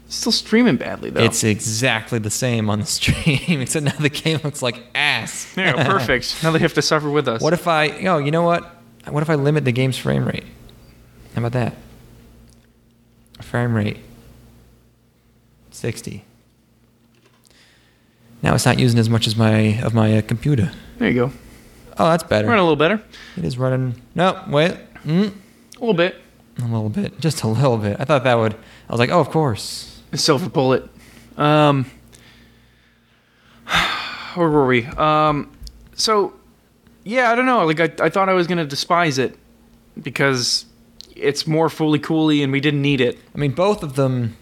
Still streaming badly though. it's exactly the same on the stream. Except now the game looks like ass. there, perfect. Now they have to suffer with us. what if I? Oh, you know what? What if I limit the game's frame rate? How about that? Frame rate. Sixty. Now it's not using as much as my of my uh, computer. there you go. Oh, that's better. Run a little better. It is running. No, wait. Mm, A little bit. a little bit. Just a little bit. I thought that would. I was like, oh, of course. A silver bullet. Um, where were we? Um, so yeah, I don't know. Like I, I thought I was gonna despise it because it's more fully coolly and we didn't need it. I mean, both of them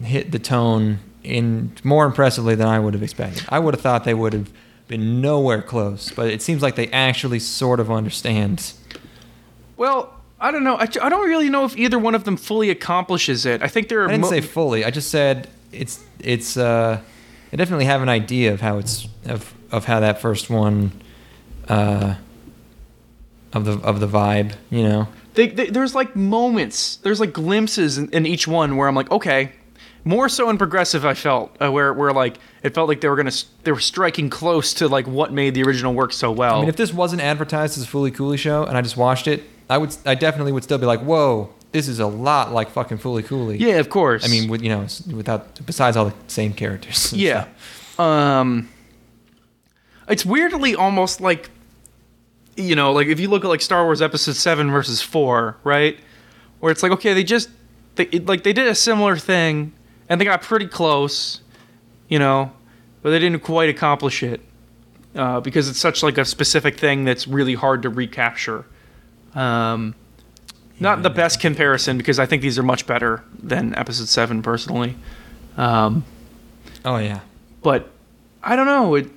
hit the tone in more impressively than I would have expected. I would have thought they would have been nowhere close, but it seems like they actually sort of understand. Well, I don't know. I, I don't really know if either one of them fully accomplishes it. I think there are. I didn't mo- say fully. I just said it's it's. Uh, I definitely have an idea of how it's of of how that first one. Uh, of the of the vibe, you know. they, they, there's like moments, there's like glimpses in, in each one where I'm like, okay, more so in progressive, I felt uh, where where like it felt like they were gonna s- they were striking close to like what made the original work so well. I mean, if this wasn't advertised as a Fooly Cooley show and I just watched it, I would, I definitely would still be like, whoa, this is a lot like fucking Fooly Cooley. yeah, of course. I mean, with, you know, s- without besides all the same characters. and yeah. stuff. Um, It's weirdly almost like, you know, like if you look at like Star Wars Episode Seven versus Four, right? Where it's like, okay, they just, they it, like they did a similar thing, and they got pretty close, you know, but they didn't quite accomplish it uh, because it's such like a specific thing that's really hard to recapture. Um, not the best comparison because I think these are much better than Episode Seven personally. Um, Oh yeah. but I don't know. It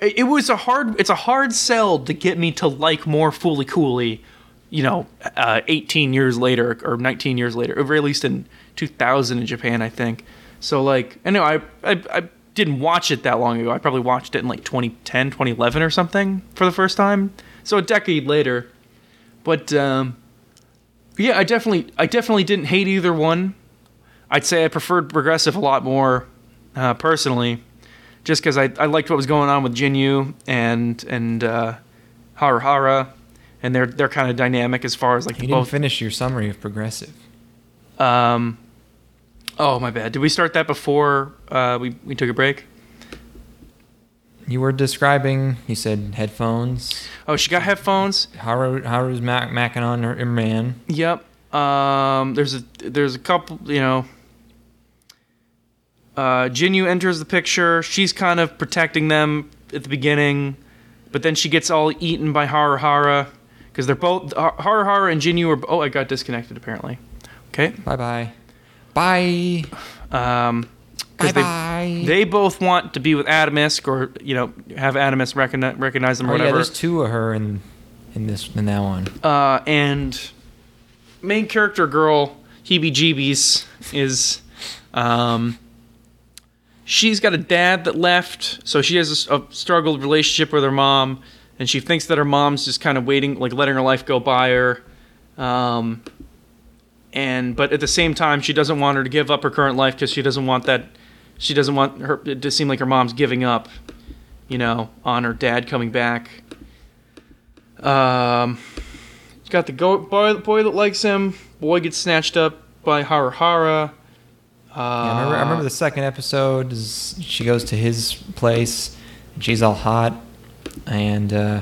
it it was a hard it's a hard sell to get me to like more Fooly Cooley, you know, uh, 18 years later or 19 years later, or at least in 2000 in Japan, I think. So like, I know I I, I didn't watch it that long ago. I probably watched it in like 2010, 2011 or something for the first time. So a decade later. But um, yeah, I definitely I definitely didn't hate either one. I'd say I preferred Progressive a lot more uh, personally, just because I, I liked what was going on with Jinyu and and uh, Haruhara, and their their kind of dynamic as far as like You the didn't both. finish your summary of progressive. Um, oh my bad. Did we start that before uh, we we took a break? You were describing. You said headphones. Oh, she got headphones. Haru Haru's mac- macking on her, her man. Yep. Um, there's a there's a couple. You know. Uh, Jinyu enters the picture. She's kind of protecting them at the beginning, but then she gets all eaten by Haruhara because they're both Har- Haruhara and Jinyu are. Oh, I got disconnected apparently. Okay. Bye bye. Bye. Oh, Um, 'cause Bye-bye. They, they both want to be with Adamus or you know have Adamus recognize, recognize them or Oh, yeah, whatever. there's two of her in in this in that one. uh, and main character girl Hebe Jeebies is um, she's got a dad that left, so she has a s- a, struggled relationship with her mom, and she thinks that her mom's just kind of waiting, like letting her life go by her. Um, and but at the same time, she doesn't want her to give up her current life because she doesn't want that. She doesn't want her it to seem like her mom's giving up, you know, on her dad coming back. Um, He's got the go- boy, boy that likes him. Boy gets snatched up by Haruhara. Uh, Yeah, I, remember, I remember the second episode. Is she goes to his place, and she's all hot, and uh,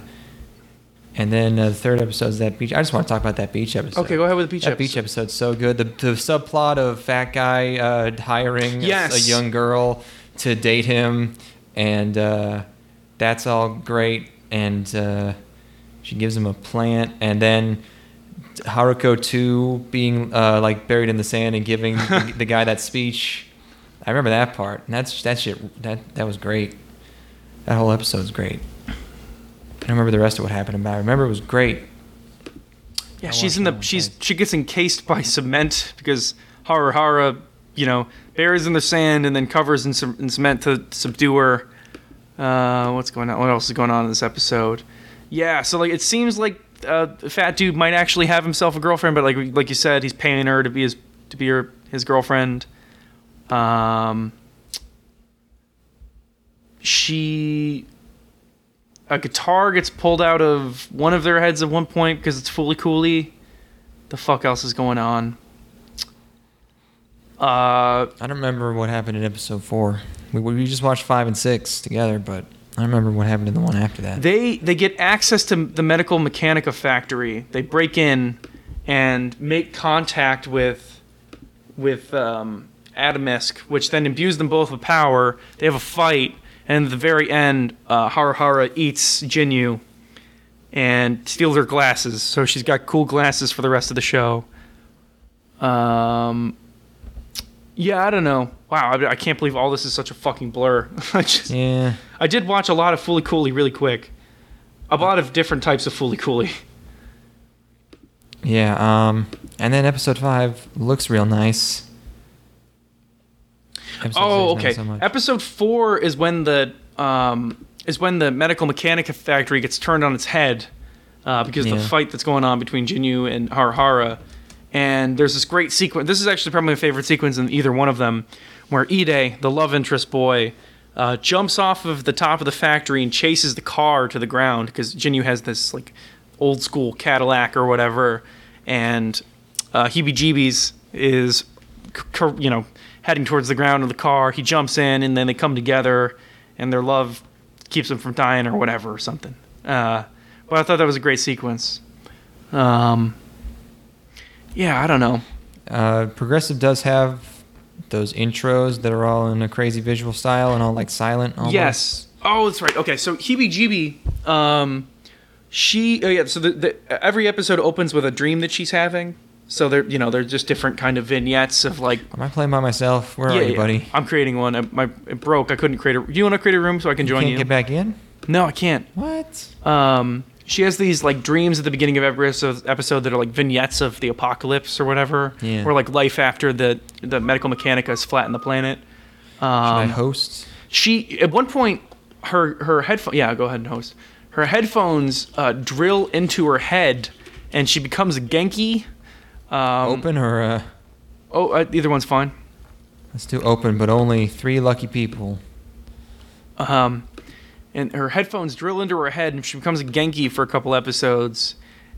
and then uh, the third episode is that beach. I just want to talk about that beach episode. Okay, go ahead with the beach that episode. beach episode's so good. The, the subplot of fat guy uh, hiring a- Yes. a, young girl to date him, and uh, that's all great. And uh, she gives him a plant, and then Haruko two being uh, like buried in the sand and giving the, the guy that speech. I remember that part, and that's that shit. That that was great. That whole episode was great. I don't remember the rest of what happened, but I remember it was great. I Yeah, she's watched in that the one she's twice. she gets encased by cement because Haruhara, you know, buries in the sand and then covers in, some, in cement to subdue her. Uh, what's going on? What else is going on in this episode? Yeah, so like it seems like uh, the fat dude might actually have himself a girlfriend, but like like you said, he's paying her to be his to be her his girlfriend. Um, she a guitar gets pulled out of one of their heads at one point because it's fully coolly. The fuck else is going on? Uh, I don't remember what happened in episode four. We, we just watched five and six together, but I don't remember what happened in the one after that. they they get access to the medical mechanica factory. They break in and make contact with with um, Atomisk, which then imbues them both with power. They have a fight, and at the very end, uh, Haruhara eats Jinyu and steals her glasses. So she's got cool glasses for the rest of the show. Um, yeah, I don't know. Wow, I, I can't believe all this is such a fucking blur. I just, yeah, I did watch a lot of Fooly Cooley really quick. A lot of different types of Fooly Cooley. yeah. Um, and then episode five looks real nice. Episode Oh, six, not okay. so much. Episode four is when the um, is when the medical mechanica factory gets turned on its head uh, because of the Yeah. fight that's going on between Jinyu and Haruhara. And there's this great sequence. This is actually probably my favorite sequence in either one of them, where Ide, the love interest boy, uh, jumps off of the top of the factory and chases the car to the ground because Jinyu has this like old school Cadillac or whatever, and uh, Heebie-Jeebies is c- cur- you know heading towards the ground of the car. He jumps in, and then they come together, and their love keeps them from dying or whatever or something. Uh, but I thought that was a great sequence. Um, yeah, I don't know. Uh, Progressive does have those intros that are all in a crazy visual style and all like silent. Almost. Yes. Oh, that's right. Okay, so Heebie Jeebie, um, she oh yeah. So the, the every episode opens with a dream that she's having. So they're you know they're just different kind of vignettes of like Am I playing by myself? Where are you, buddy? I'm creating one. I, my it broke. I couldn't create a. Do you want to create a room so I can join Can't you? get back in. No, I can't. What? Um, she has these like dreams at the beginning of every episode episode that are like vignettes of the apocalypse or whatever, Yeah. or like life after the the medical mechanica has flattened the planet. My Um, host. she at one point her her headphone yeah go ahead and host her headphones uh, drill into her head and she becomes a Genki. Um, Open or uh, oh, uh, either one's fine. let's do open, but only three lucky people. Um, and her headphones drill into her head, and she becomes a Genki for a couple episodes.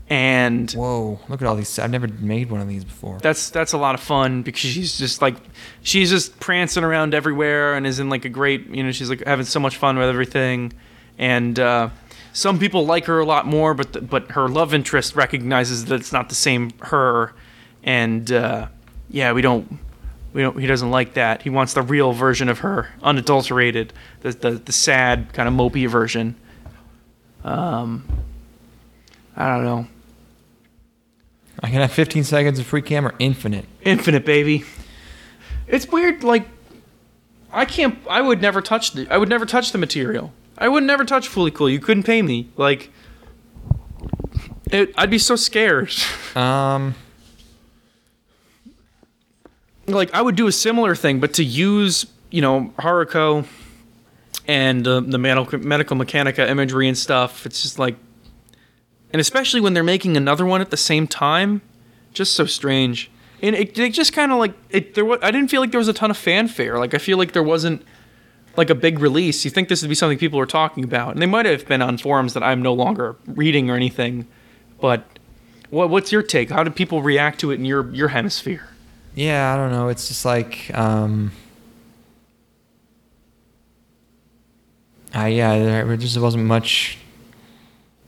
And Whoa! Look at all these. I've never made one of these before. that's that's a lot of fun because she's just like she's just prancing around everywhere and is in like a great you know she's like having so much fun with everything and uh, some people like her a lot more but the, but her love interest recognizes that it's not the same her and uh, yeah we don't we don't he doesn't like that he wants the real version of her unadulterated the the, the sad kind of mopey version um I don't know I can have 15 seconds of free camera, infinite. Infinite, baby. It's weird. Like, I can't. I would never touch the. I would never touch the material. I would never touch Fully Cool. You couldn't pay me. Like, it, I'd be so scared. Um, like, I would do a similar thing, but to use, you know, Haruko and uh, the medical, medical mechanica imagery and stuff. It's just like, and especially when they're making another one at the same time, just so strange. And it, it just kind of like it. There was I didn't feel like there was a ton of fanfare. Like I feel like there wasn't like a big release. You think this would be something people were talking about, and they might have been on forums that I'm no longer reading or anything. But what what's your take? How did people react to it in your your hemisphere? yeah, I don't know. It's just like, um, I yeah, there just wasn't much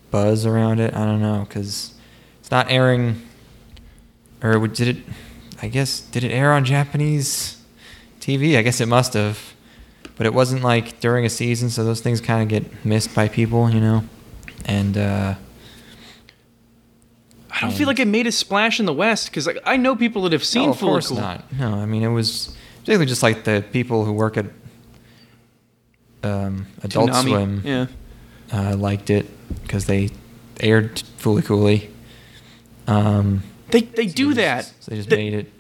buzz around it. I don't know because it's not airing, or would- did it? I guess did it air on Japanese TV? I guess it must have, but it wasn't like during a season, so those things kind of get missed by people, you know, and. uh I don't feel like it made a splash in the West because like, I know people that have seen no, of Full course Cool. not. No, I mean it was particularly just like the people who work at um, Adult Toonami. Swim Yeah. uh, liked it because they aired Fooly Cooly. Um, They they so do they that. just- so they just Th- made it.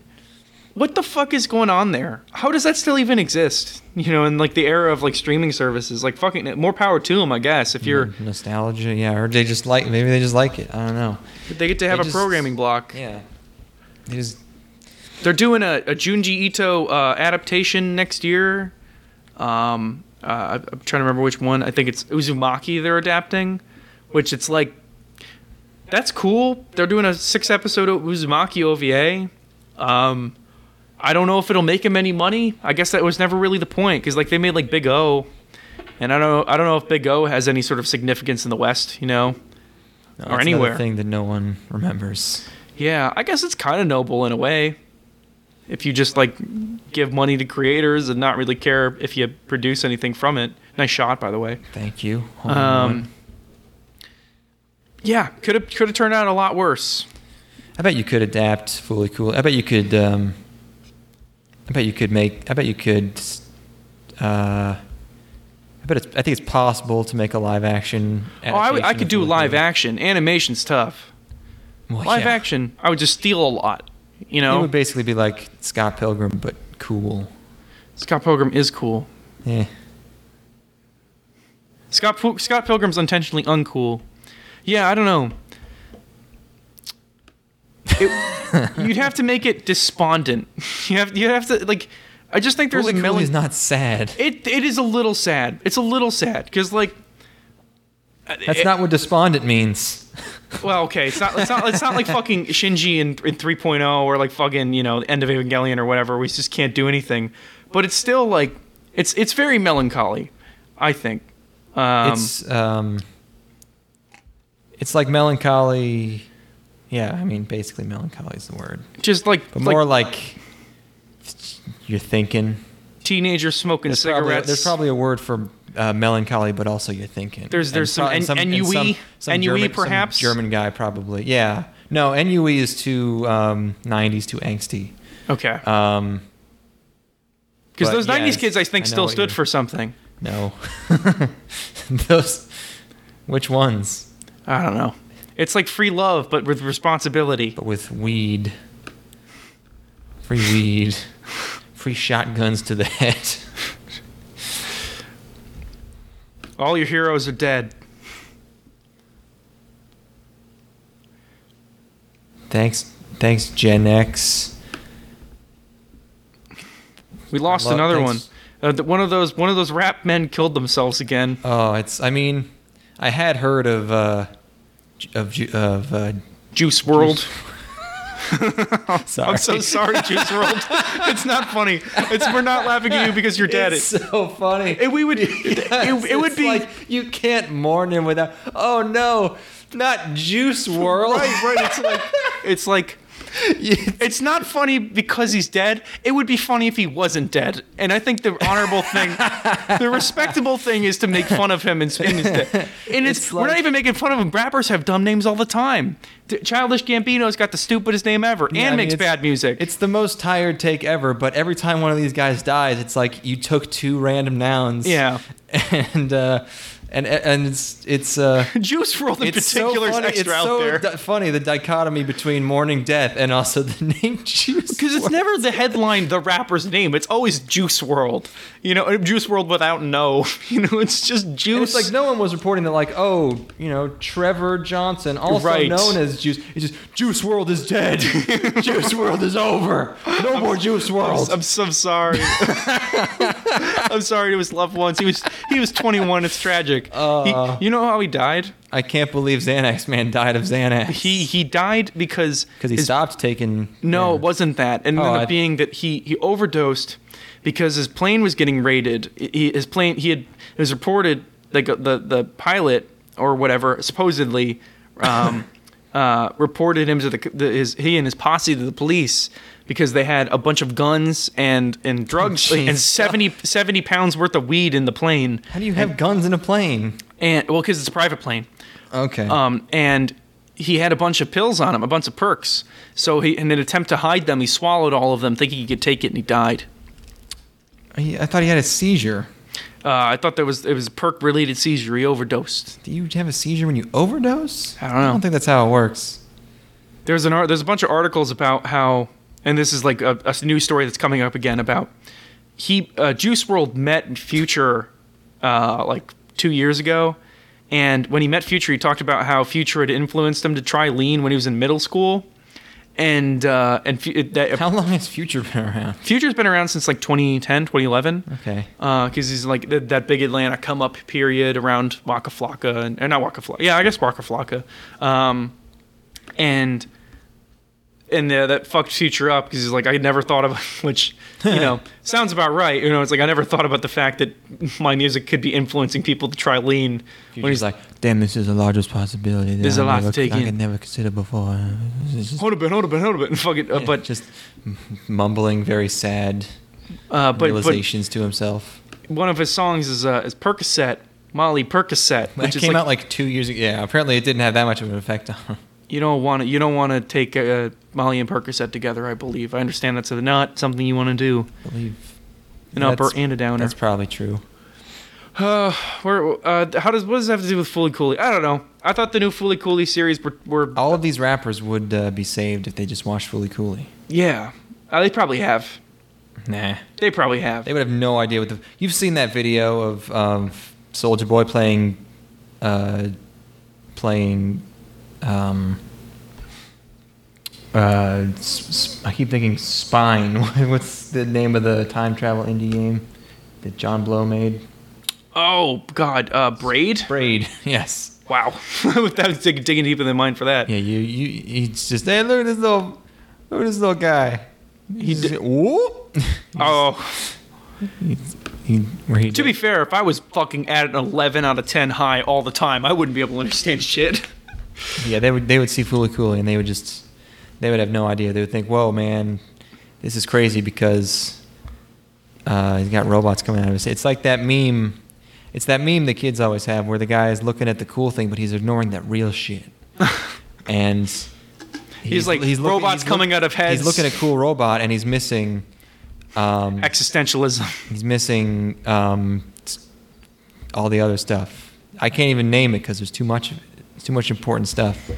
what the fuck is going on there? How does that still even exist? You know, in like the era of like streaming services, like fucking more power to them, I guess. If you're, nostalgia, yeah, or they just like maybe they just like it. I don't know. they get to have Mm-hmm. They a just- programming block. Yeah, they just They're doing a, a Junji Ito uh, adaptation next year. Um, uh, I'm trying to remember which one. I think it's Uzumaki they're adapting, which it's like that's cool. They're doing a six episode Uzumaki OVA. Um, I don't know if it'll make him any money. I guess that was never really the point because like they made like Big O, and I don't know. I don't know if Big O has any sort of significance in the West. You know. no, Or it's another anywhere. thing that no one remembers. Yeah, I guess it's kind of noble in a way. If you just like give money to creators and not really care if you produce anything from it. Nice shot, by the way. Thank you. Hold on. Um, yeah, could have could have turned out a lot worse. I bet you could adapt fully cool. I bet you could. Um, I bet you could make. I bet you could. Uh, I bet it's. I think it's possible to make a live action. Oh, I, would- I adaptation could of do Fooly live Cooly. action. Animation's tough. Well, Live Oh, yeah. action, I would just steal a lot. You It know, would basically be like Scott Pilgrim, but cool. Scott Pilgrim is cool. Yeah. Scott Pil- Scott Pilgrim's intentionally uncool. Yeah, I don't know. It, you'd have to make it despondent. You have you have to like. I just think there's Fooly a Cooly million. is not sad. it it is a little sad. It's a little sad because like. uh, That's not what despondent means. Well, okay, it's not it's not it's not like fucking Shinji in, in 3.0 or like fucking you know end of Evangelion or whatever. We just can't do anything. But it's still like it's it's very melancholy, I think. Um, it's um, it's like melancholy. Yeah, I mean, basically, melancholy is the word, just like, but like more like you're thinking. teenagers smoking There's cigarettes. probably, there's probably a word for uh, melancholy, but also you're thinking. There's- there's some prob- en- and NUE? NUE German, some E perhaps? German guy probably. Yeah. No, NUE is too um, 90s, too angsty. okay. Um, Because but those yeah, '90s it's- kids, I I think, know still what stood you- for something. no, those. Which ones? I don't know. It's like free love, but with responsibility. But with weed, free weed, free shotguns to the head. All your heroes are dead. Thanks, thanks, Gen X. We lost Lo- another one. thanks. Uh, th- one of those one of those rap men killed themselves again. Oh, it's. I mean, I had heard of uh, J- of Ju- of. Uh, Juice World. sorry. I'm so sorry, Juice World. It's not funny. It's we're not laughing at you because you're dead. It's It- so funny. it- we would. It, it, would It's be like you can't mourn him without. Oh no, not Juice World. right, right. It's like it's like it's not funny because he's dead. It would be funny if he wasn't dead. And I think the honorable thing, the respectable thing, is to make fun of him and spin his death. And it's, It's we're not like- even making fun of him. Rappers have dumb names all the time. D- Childish Gambino's got the stupidest name ever, and Yeah, I mean, makes it's- bad music. It's the most tired take ever, but every time one of these guys dies, it's like you took two random nouns. Yeah. And uh and and it's it's uh Juice World in it's so particular funny. is It's extra out so there. di- funny the dichotomy between mourning death and also the name juice. because it's never the headline, the rapper's name. It's always Juice World, you know, Juice World without no, you know. It's just And Juice. it's like no one was reporting that like oh you know Trevor Johnson also Right. known as Juice it's just Juice World is dead Juice World is over no more Juice World I'm so sorry. I'm sorry to his loved ones. He was he was 21. It's tragic. Uh. he, you know how he died? I can't believe Xanax man died of Xanax He he died because because he his- stopped taking No, yeah. it wasn't that. It ended Oh, up I- being that he he overdosed because his plane was getting raided. He, his plane he had it was reported like the the pilot or whatever supposedly um, uh, reported him to the, the his he and his posse to the police because they had a bunch of guns and and drugs Oh, Jeez. and 70, 70 pounds worth of weed in the plane How do you have guns in a plane? Uh, and well because it's a private plane Okay. um, and he had a bunch of pills on him, a bunch of perks. So he, in an attempt to hide them, he swallowed all of them, thinking he could take it, and he died. I thought he had a seizure. Uh, I thought there was it was a perk-related seizure. He overdosed. Do you have a seizure when you overdose? I don't know. I don't think that's how it works. There's an ar- there's a bunch of articles about how, and this is like a, a news story that's coming up again about he uh, Juice World met Future uh, like two years ago, and when he met Future, he talked about how Future had influenced him to try lean when he was in middle school, and uh, and fu- it, that How long has Future been around? Future's been around since like 2010, 2011. Okay. Because Uh, he's like th- that big Atlanta come up period around Waka Flocka and or not Waka Flocka. Yeah, I guess Waka Flocka. Um, and and uh, that fucked Future up because he's like, I never thought of which you know sounds about right. You know, it's like I never thought about the fact that my music could be influencing people to try lean. When he's like, damn, this is the largest possibility. that There's I a lot to never- take I in." could never consider before. It's just- hold a bit, hold a bit, hold a bit, and fuck it. Uh, but just m- mumbling very sad uh, but but realizations to himself. one of his songs is uh, is Percocet, Molly Percocet, That which is came like, out like two years ago. Yeah, apparently it didn't have that much of an effect on him. You don't want to. You don't want to take uh, Molly and Percocet together. I believe. I understand that's not something you want to do. I believe. An That's- upper and a downer. That's probably true. Uh, where, uh, how does what does that have to do with Fully Cooley? I don't know. I thought the new Fully Cooley series were. were All of these rappers would uh, be saved if they just watched Fully Cooley. yeah, uh, they probably have. Nah. They probably have. They would have no idea what the. You've seen that video of um, Soldier Boy playing, uh, playing, um, uh, s- s- I keep thinking Spine. What's the name of the time travel indie game that John Blow made? oh God, uh, Braid. Braid. Yes. Wow, that was dig- digging deeper than mine for that. Yeah. You. You. He's just. Hey, look at this little. Look at this little guy. He He's d- just- whoop. Oh, He- he- where he To be fair, if I was fucking at an 11 out of 10 high all the time, I wouldn't be able to understand shit. Yeah, they would they would see Foolie Cooley and they would just they would have no idea. They would think, "Whoa, man, this is crazy because uh, he's got robots coming out of his." It's like that meme. It's that meme the kids always have where the guy is looking at the cool thing but he's ignoring that real shit. and he's, like, robots coming out of heads. He's looking at a cool robot and he's missing um, Existentialism. He's missing um, s- all the other stuff. I can't even name it because there's too much. of it. It's too much important stuff. for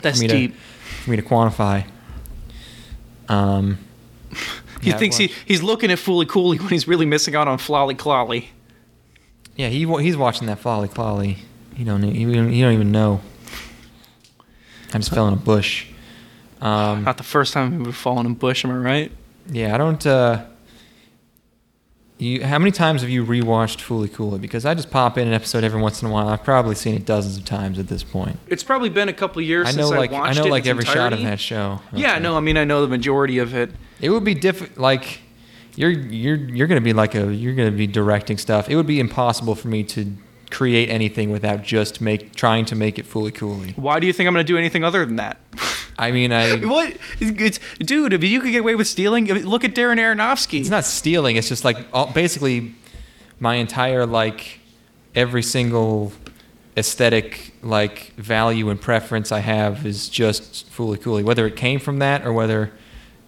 That's me to- deep. for me to quantify. Um, He yeah, thinks I've he, he's looking at Fooly Cooley when he's really missing out on Flolly Clolly. watched- Yeah, he wa- he's watching that folly clolly. He don't e- he don't, he don't even know. I just fell in a bush. Um, Not the first time we've fallen in Bush, am I right? yeah, I don't. Uh, you, how many times have you rewatched Fooly Cooly? Because I just pop in an episode every once in a while. I've probably seen it dozens of times at this point. It's probably been a couple years I know, since like I watched I know, it in like its every shot of entirety. that show. Yeah, Okay. no, I mean I know the majority of it. It would be diff like you're you're you're gonna be like a you're gonna be directing stuff. It would be impossible for me to create anything without just make trying to make it fully coolly. Why do you think I'm going to do anything other than that? I mean, I what? It's, dude, if you could get away with stealing, I mean, look at Darren Aronofsky. it's not stealing. It's just like all, basically my entire like every single aesthetic like value and preference I have is just fully coolly. Whether it came from that or whether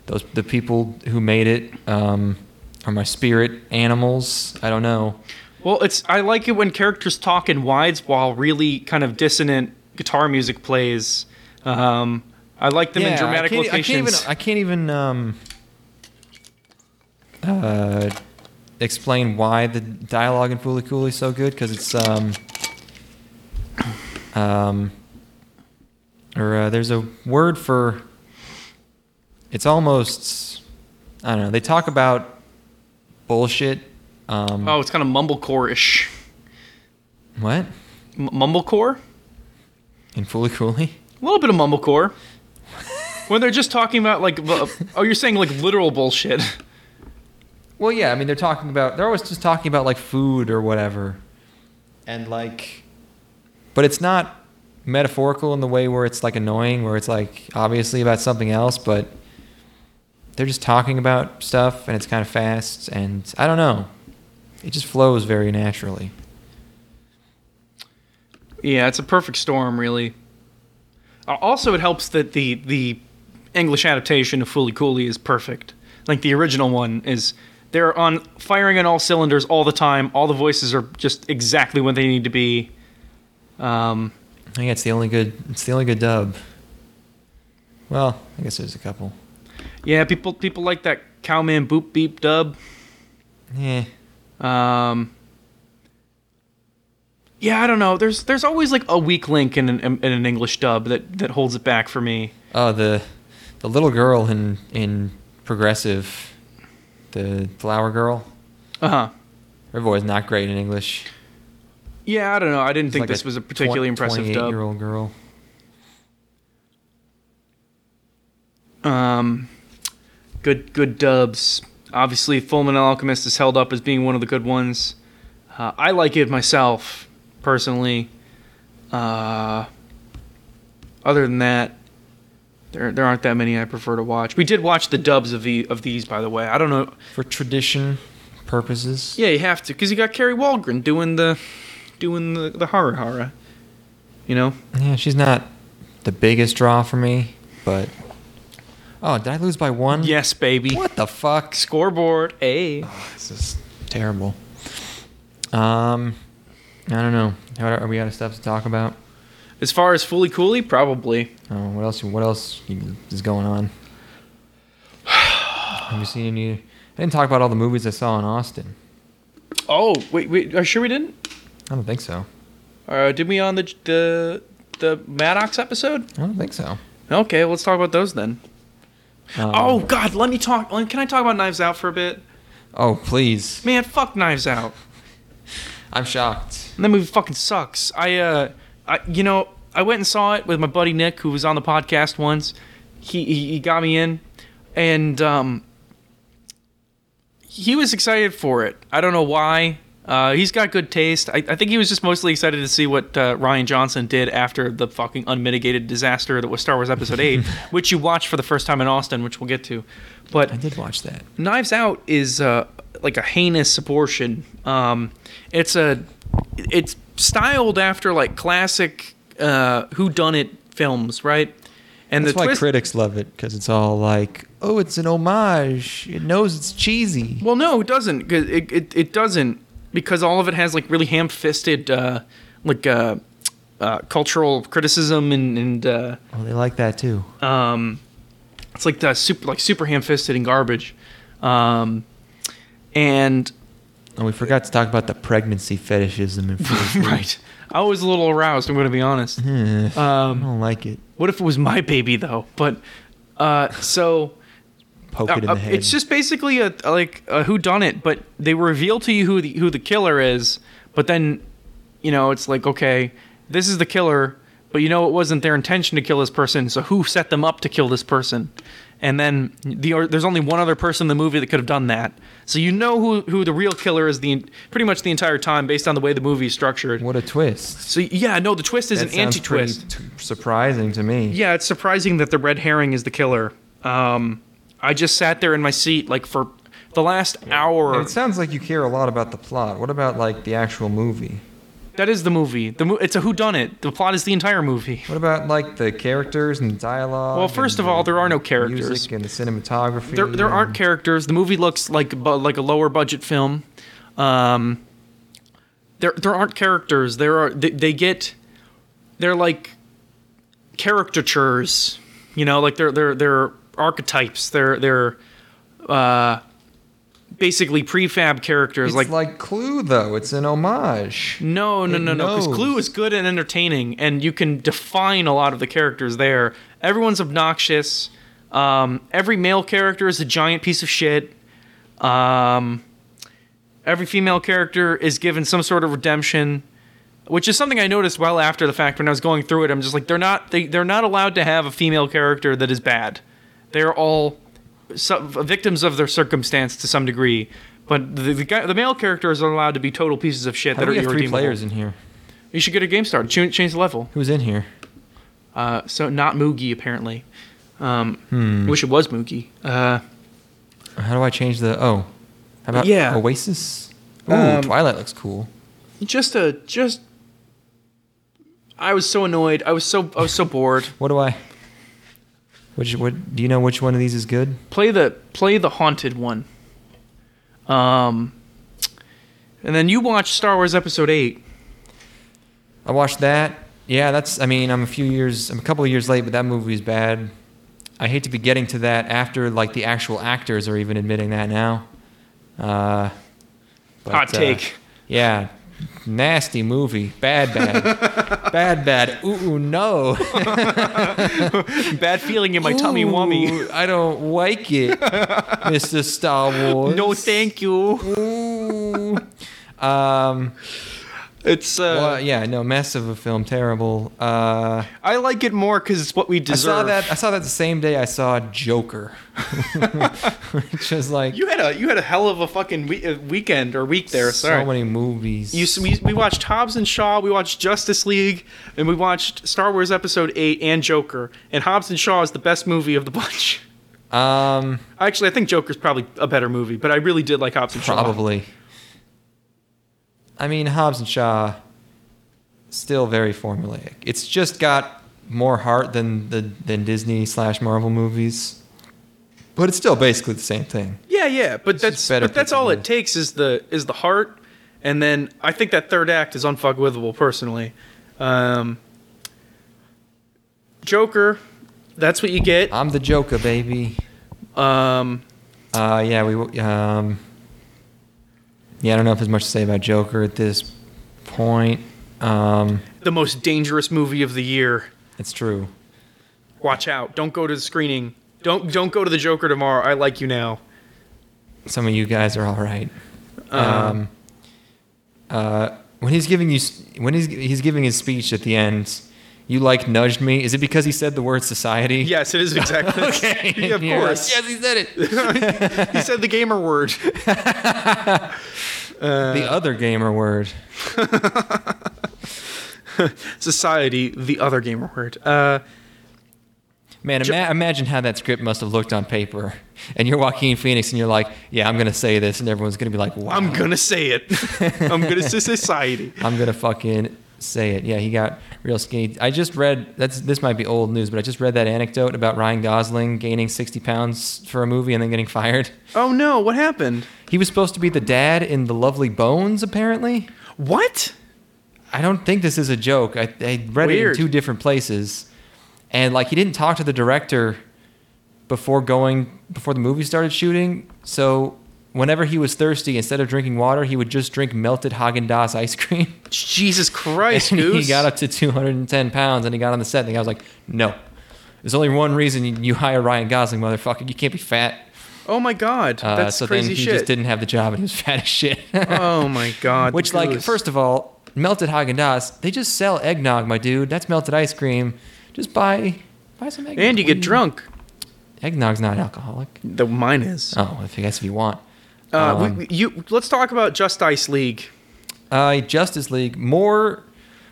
those the people who made it um, are my spirit animals. I don't know. Well, it's I like it when characters talk in wides while really kind of dissonant guitar music plays. Um, I like them in dramatic I can't, locations. I can't even, I can't even um, uh, explain why the dialogue in Foolie Cooley is so good because it's um, um, or uh, there's a word for it's almost I don't know. They talk about bullshit. Um, oh, it's kind of mumblecore-ish. What M- mumblecore? in Foolie Cooley? A little bit of mumblecore. when they're just talking about like, bu- oh, you're saying like literal bullshit. Well, yeah, I mean, they're talking about they're always just talking about like food or whatever, and like, but it's not metaphorical in the way where it's like annoying, where it's like obviously about something else, but they're just talking about stuff and it's kind of fast, and I don't know, it just flows very naturally. Yeah, it's a perfect storm, really. Uh, Also, it helps that the the English adaptation of Foolie Cooley is perfect. Like the original one is, they're on firing on all cylinders all the time. All the voices are just exactly what they need to be. Um, I think it's the only good. It's the only good dub. Well, I guess there's a couple. yeah, people people like that cowman boop beep dub. Yeah. Um, yeah, I don't know. There's there's always like a weak link in an, in an English dub that that holds it back for me. Oh, the the little girl in in progressive, the flower girl. Uh Uh-huh. huh. Her voice not great in English. Yeah, I don't know. I didn't It's think like this was a particularly impressive dub. year old girl. Um, good good dubs. Obviously, Full Metal Alchemist is held up as being one of the good ones. Uh, I like it myself, personally. Uh, other than that, there there aren't that many I prefer to watch. We did watch the dubs of the of these, by the way. I don't know. For tradition purposes. Yeah, you have to, cause you got Carrie Walgren doing the doing the the horror horror. You know, Yeah, she's not the biggest draw for me, but oh, did I lose by one? yes, baby. What the fuck? Scoreboard, a. This is terrible. Um, I don't know. Are are we out of stuff to talk about? As far as Fully Cooley, probably. Oh, what else? What else is going on? Have you seen any? I didn't talk about all the movies I saw in Austin. Oh, wait, wait. Are you sure we didn't? I don't think so. Uh, did we on the the the Maddox episode? I don't think so. Okay, let's talk about those then. Um, oh God, let me talk. let- Can I talk about Knives Out for a bit? Oh, please. Man, fuck Knives Out. I'm shocked. That movie fucking sucks. I uh, I you know I went and saw it with my buddy Nick, who was on the podcast once. He he, he got me in, and um, he was excited for it. I don't know why. Uh, he's got good taste. I, I think he was just mostly excited to see what uh, Ryan Johnson did after the fucking unmitigated disaster that was Star Wars Episode 8, which you watched for the first time in Austin, which we'll get to. But I did watch that. Knives Out is uh, like a heinous abortion. Um, it's a it's styled after like classic uh, Who Done It films, right? And That's the why twist. critics love it because it's all like, oh, it's an homage. It knows it's cheesy. well, no, it doesn't. 'cause It, it it doesn't because all of it has like really ham-fisted uh, like uh, uh, cultural criticism and and. Uh, Oh, they like that too. Um, it's like the super like super ham-fisted and garbage, um, and And we forgot to talk about the pregnancy fetishism. In food. right. I was a little aroused. I'm going to be honest. Mm-hmm. I don't like it. What if it was my baby though? But uh, so Poke it in uh, the head. it's just basically a like a who done it, but they reveal to you who the who the killer is, but then you know it's like okay, this is the killer, but you know it wasn't their intention to kill this person, so who set them up to kill this person? And then the or, there's only one other person in the movie that could have done that, so you know who who the real killer is the pretty much the entire time based on the way the movie is structured. what a twist. So yeah, no, the twist is That an sounds pretty anti-twist. t- surprising to me. Yeah, it's surprising that the red herring is the killer. Um, I just sat there in my seat like for the last And hour. It sounds like you care a lot about the plot. What about like the actual movie? That is the movie. The mo- it's a whodunit. The plot is the entire movie. What about like the characters and the dialogue? Well, first and of all, the there are no characters. Music and the cinematography. There, there aren't and- characters. The movie looks like bu- like a lower budget film. Um, there there aren't characters. There are they, they get they're like caricatures. You know, like they're they're they're archetypes. They're they're uh, basically prefab characters. It's like like, Clue, though. It's an homage. No, no, It no, no. Because knows. Clue is good and entertaining, and you can define a lot of the characters there. Everyone's obnoxious. Um, every male character is a giant piece of shit. Um, every female character is given some sort of redemption, which is something I noticed well after the fact when I was going through it. I'm just like, they're not they, they're not allowed to have a female character that is bad. They're all su- victims of their circumstance to some degree. But the, the, guy, the male characters are allowed to be total pieces of shit How that do are we have three irredeemable. players in here? You should get a game start. Change, change the level. Who's in here? Uh, so not Moogie apparently. Um, Wish it was Moogie. Uh, How do I change the? Oh, how about Yeah. Oasis? Ooh, Um, Twilight looks cool. just a just. I was so annoyed. I was so I was so bored. What do I? Which what? Do you know which one of these is good? Play the play the haunted one. Um, and then you watch Star Wars Episode Eight. I watched that. Yeah, that's. I mean, I'm a few years. I'm a couple of years late, but that movie's bad. I hate to be getting to that after like the actual actors are even admitting that now. Uh, but, Hot uh, take. yeah, nasty movie. Bad, bad, bad, bad. Ooh, ooh, no. Bad feeling in my tummy, Ooh, wummy. I don't like it, Mr. Star Wars. No, thank you. Ooh. Um. It's uh, Well, yeah. No, mess of a film. Terrible. Uh. I like it more because it's what we I deserve. saw that. I saw that the same day I saw Joker, which is like You had a you had a hell of a fucking we- uh, weekend or week there. Sorry. so many movies. You, we, we watched Hobbs and Shaw, we watched Justice League, and we watched Star Wars Episode 8 and Joker. And Hobbs and Shaw is the best movie of the bunch. um, Actually, I think Joker's probably a better movie, but I really did like Hobbs and Shaw. probably. I mean, Hobbs and Shaw, still very formulaic. It's just got more heart than the than Disney slash Marvel movies, but it's still basically the same thing. Yeah, yeah, but that's is better but that's all picking it takes is the is the heart, and then I think that third act is unfuckwithable personally. Um, Joker, that's what you get. I'm the Joker, baby. Um, Uh, yeah, we. Um, yeah, I don't know if there's much to say about Joker at this point. Um, the most dangerous movie of the year. it's true. Watch out! Don't go to the screening. Don't don't go to the Joker tomorrow. I like you now. Some of you guys are all right. Um, uh, when he's giving you, s- when he's he's giving his speech at the end, You like nudged me. Is it because he said the word society? Yes, it is exactly. Okay. Yeah, of You're like, course. yes, he said it. he said the gamer word. Uh, the other gamer word. Society, the other gamer word. Uh, Man, ima- imagine how that script must have looked on paper. And you're Joaquin Phoenix, and you're like, "Yeah, I'm gonna say this," and everyone's gonna be like, "Wow, I'm gonna say it. I'm gonna say society. I'm gonna fucking say it." Yeah, he got real skinny. I just read that's this might be old news, but I just read that anecdote about Ryan Gosling gaining 60 pounds for a movie and then getting fired. Oh no, what happened? He was supposed to be the dad in The Lovely Bones, apparently. What? I don't think this is a joke. I, I read Weird. it in two different places, and like he didn't talk to the director before going before the movie started shooting. So whenever he was thirsty, instead of drinking water, he would just drink melted Haagen Dazs ice cream. Jesus Christ, and Goose. he got up to 210 pounds, and he got on the set. And I was like, no, there's only one reason you- you hire Ryan Gosling, motherfucker. You can't be fat. oh my God, Uh, that's so crazy then he shit. just didn't have the job, and he was fat as shit. oh my God. Which, like, Goose. first of all, melted Haagen Dazs, they just sell eggnog, my dude. That's melted ice cream. Just buy, buy some eggnog. and you get What do drunk. Eggnog's not alcoholic. The mine is. Oh, if I guess if you want. Uh, we- um, we, you let's talk about Just Ice League. Uh, Justice League, more,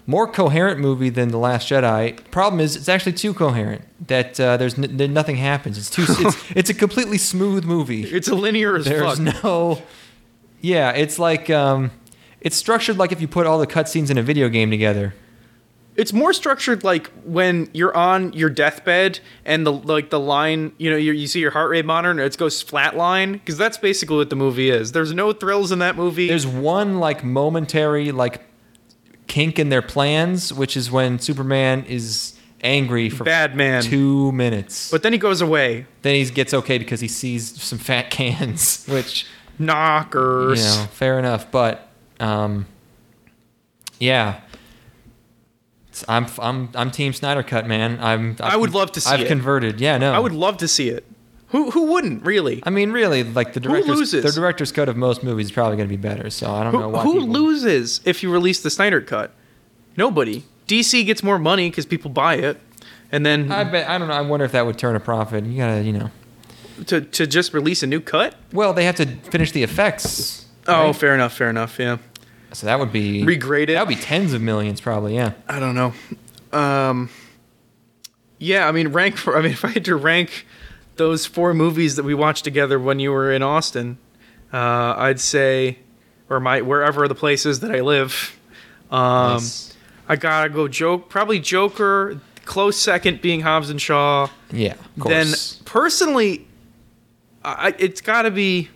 more coherent movie than The Last Jedi. Problem is, it's actually too coherent. That uh, there's n- n- nothing happens. It's too. It's, it's a completely smooth movie. It's a linear as There's fuck. no. Yeah, it's like um, it's structured like if you put all the cutscenes in a video game together. it's more structured like when you're on your deathbed and the like the line you know you, you see your heart rate monitor and it goes flat line because that's basically what the movie is there's no thrills in that movie There's one like momentary like kink in their plans, which is when Superman is angry for Bad man. two minutes. But but then he goes away then he gets okay because he sees some fat cans, which you knockers know, fair enough. But um, yeah. It's- I'm I'm I'm Team Snyder cut man. I'm I've, I would love to see I've it. converted. Yeah, no. i would love to see it who who wouldn't really I mean, really, like the director's loses? the director's cut of most movies is probably going to be better. So I don't know who, why. who people- loses if you release the snyder cut nobody dc gets more money because people buy it and then I bet I don't know. I wonder if that would turn a profit. You gotta, you know. to, to just release a new cut Well, they have to finish the effects. oh right? fair enough fair enough yeah so that would be Regrade it. That would be tens of millions, probably. Yeah. I don't know. Um, yeah, I mean, rank. For, I mean, if I had to rank those four movies that we watched together when you were in Austin, uh, I'd say, or my wherever the place is that I live, um, Nice. I gotta go. Joke, probably Joker. Close second being Hobbs and Shaw. Yeah. Of Then course. personally, I, I- it's gotta be.